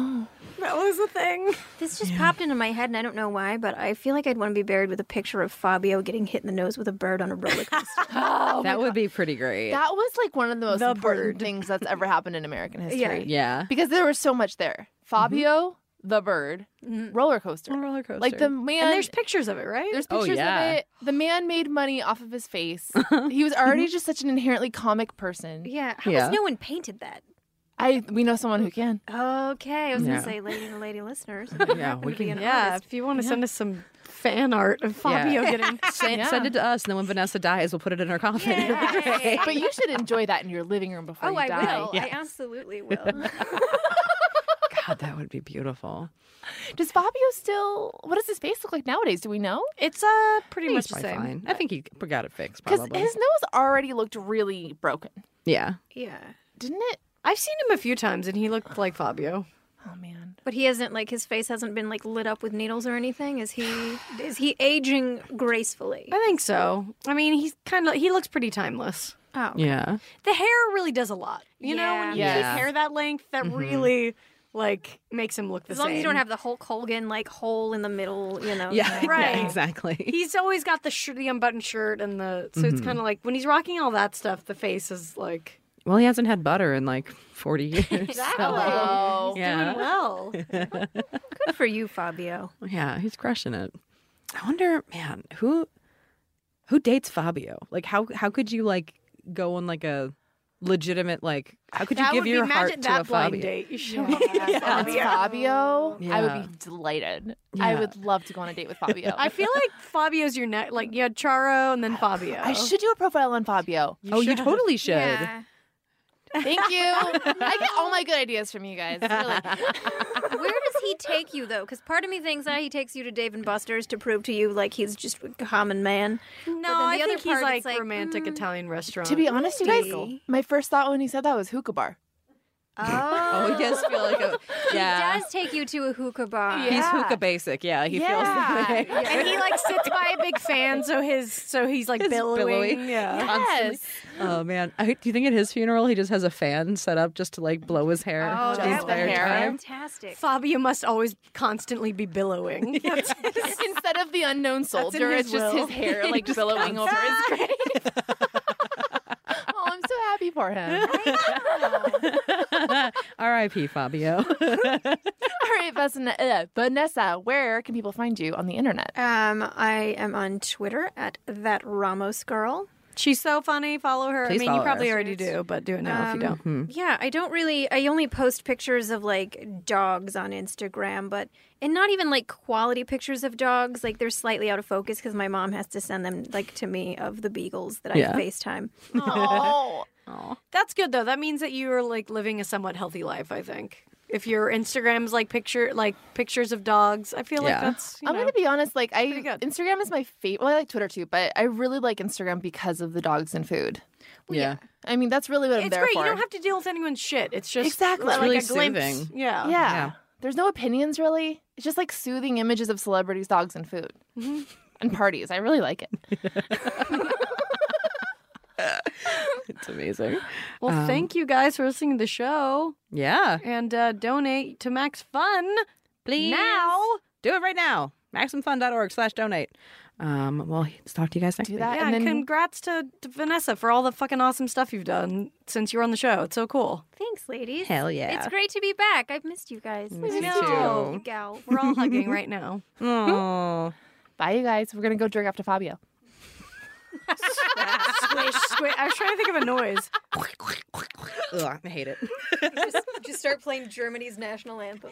that was the thing.
This just popped into my head, and I don't know why, but I feel like I'd want to be buried with a picture of Fabio getting hit in the nose with a bird on
[laughs]
a roller coaster.
Oh
that would be pretty great.
That was like one of the most
The
important
bird.
things that's ever happened in American history.
yeah.
Because there was so much there. Fabio, the bird, roller coaster.
Mm-hmm. Roller coaster.
Like the man.
And there's pictures of it, right?
There's
Oh,
pictures
yeah. Mm-hmm.
of it. The man made money off of his
[laughs]
face. he was already just such an inherently comic person.
yeah, how
Yeah.
has no one painted that?
I we know someone who can.
Okay, I was
Yeah.
gonna say, lady to lady listeners.
[laughs] yeah, we can
yeah, if you want to send us some fan art of Fabio getting
send, send it to us, and then when Vanessa dies, we'll put it in her coffin. [laughs] It'll be great.
But you should enjoy that in your living room before
Oh,
you
I
die.
will. I [laughs] absolutely will.
God, that would be beautiful.
Does Fabio still? What does his face look like nowadays? Do we know?
It's uh pretty
He's
much the
probably
same.
fine. I think he got it fixed.
Because
Probably.
his nose already looked really broken,
yeah.
Yeah.
didn't it?
I've seen him a few times and he looked like Fabio.
Oh man.
But he hasn't like his face hasn't been like lit up with needles or anything. Is he is he aging gracefully?
I think so. I mean, he's kind of he looks pretty timeless.
Oh,
Yeah.
The hair really does a lot. You know, when you
Yeah.
keep
Yeah.
hair that length, that really like makes him look the
as
same.
long as you don't have the Hulk Hogan like hole in the middle, you
[laughs]
know.
Yeah.
thing.
Right. [laughs]
exactly.
He's always got the sh- the unbuttoned shirt and the so
Mm-hmm.
it's kind of like when he's rocking all that stuff, the face is like
Well, he hasn't had butter in like 40 years. So,
Oh.
yeah.
well.
Good for you, Fabio.
Yeah, he's crushing it. I wonder, man, who who dates Fabio? Like how how could you like go on like a legitimate like how could
that
you give
would
your
be
heart
magic
to a
that blind
Fabio?
date. You show
That's Fabio. I
Yeah.
would be delighted. I
Yeah.
would love to go on a date with Fabio.
I feel like Fabio's your next. Like you had Charo and then Fabio.
I should do a profile on Fabio.
Oh, you totally should. [laughs]
Yeah.
Thank you. I get
[laughs]
all my good ideas from you guys. Really.
Where does he take you though? Because part of me thinks ah, he takes you to Dave and Buster's to prove to you like he's just a common man.
No,
then
I
the other
think he's
part,
like, mm,
it's like,
romantic Italian restaurant.
To be honest, you guys,
Really?
my first thought when he said that was hookah bar.
Oh,
he does feel like a yeah.
does take you to a hookah bar.
He's hookah basic. Yeah, he feels
[laughs]
that
[laughs]
way. [laughs]
and he like sits by a big fan, so his so he's like
It's
billowing.
billowy.
Yeah.
Constantly. Oh man, I, do you think at his funeral he just has a fan set up just to like blow his hair?
Oh,
the
that's the
entire
hair.
time?
Fantastic.
Fabio must always constantly be [laughs] billowing.
Instead of the unknown soldier,
his
it's just
will. [laughs]
his hair like billowing over his grave. oh, I'm so happy
[laughs]
for him.
R.I.P. Fabio. [laughs]
All right, Vanessa, uh, Vanessa, where can people find you on the internet?
Um, I am on Twitter at that Ramos girl.
She's so funny. Follow her.
Please
I mean, you
follow
probably
her.
already do, but do it now if you don't.
Yeah, I don't really. I only post pictures of like dogs on Instagram, but and not even like quality pictures of dogs. Like they're slightly out of focus because my mom has to send them like to me of the beagles that I
Yeah.
FaceTime.
Oh,
That's good though. That means that you are like living a somewhat healthy life. I think if your Instagram's like picture like pictures of dogs, I feel
Yeah.
like that's. You
I'm
know,
gonna be honest. Like, I
good.
Instagram is my favorite. Well, I like Twitter too, but I really like Instagram because of the dogs and food.
yeah.
I mean, that's really what I'm
it's
there
great.
for.
You don't have to deal with anyone's shit. It's just
Exactly.
like
It's
really
a glimpse.
soothing.
Yeah.
Yeah.
Yeah.
There's no opinions really. It's just like soothing images of celebrities, dogs, and food. And parties. I really like it.
It's amazing.
Well,
Um,
thank you guys for listening to the show
Yeah.
and uh, donate to Max Fun
Please.
now.
Do it right now. MaximumFun.org slash donate. Um, well, let's talk to you guys next
Do
week.
that
Yeah,
and then
congrats to, to Vanessa for all the fucking awesome stuff you've done since you were on the show. It's so cool.
Thanks, ladies.
Hell yeah.
It's great to be back. I've missed you guys.
Me
No.
too.
Gal.
We're all
[laughs]
hugging right now.
Aw.
bye you guys. We're gonna go jerk off to Fabio.
Squish, squish. I was trying to think of a noise.
[laughs] Ugh, I hate it.
just, just start playing Germany's national anthem.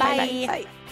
Bye. Bye.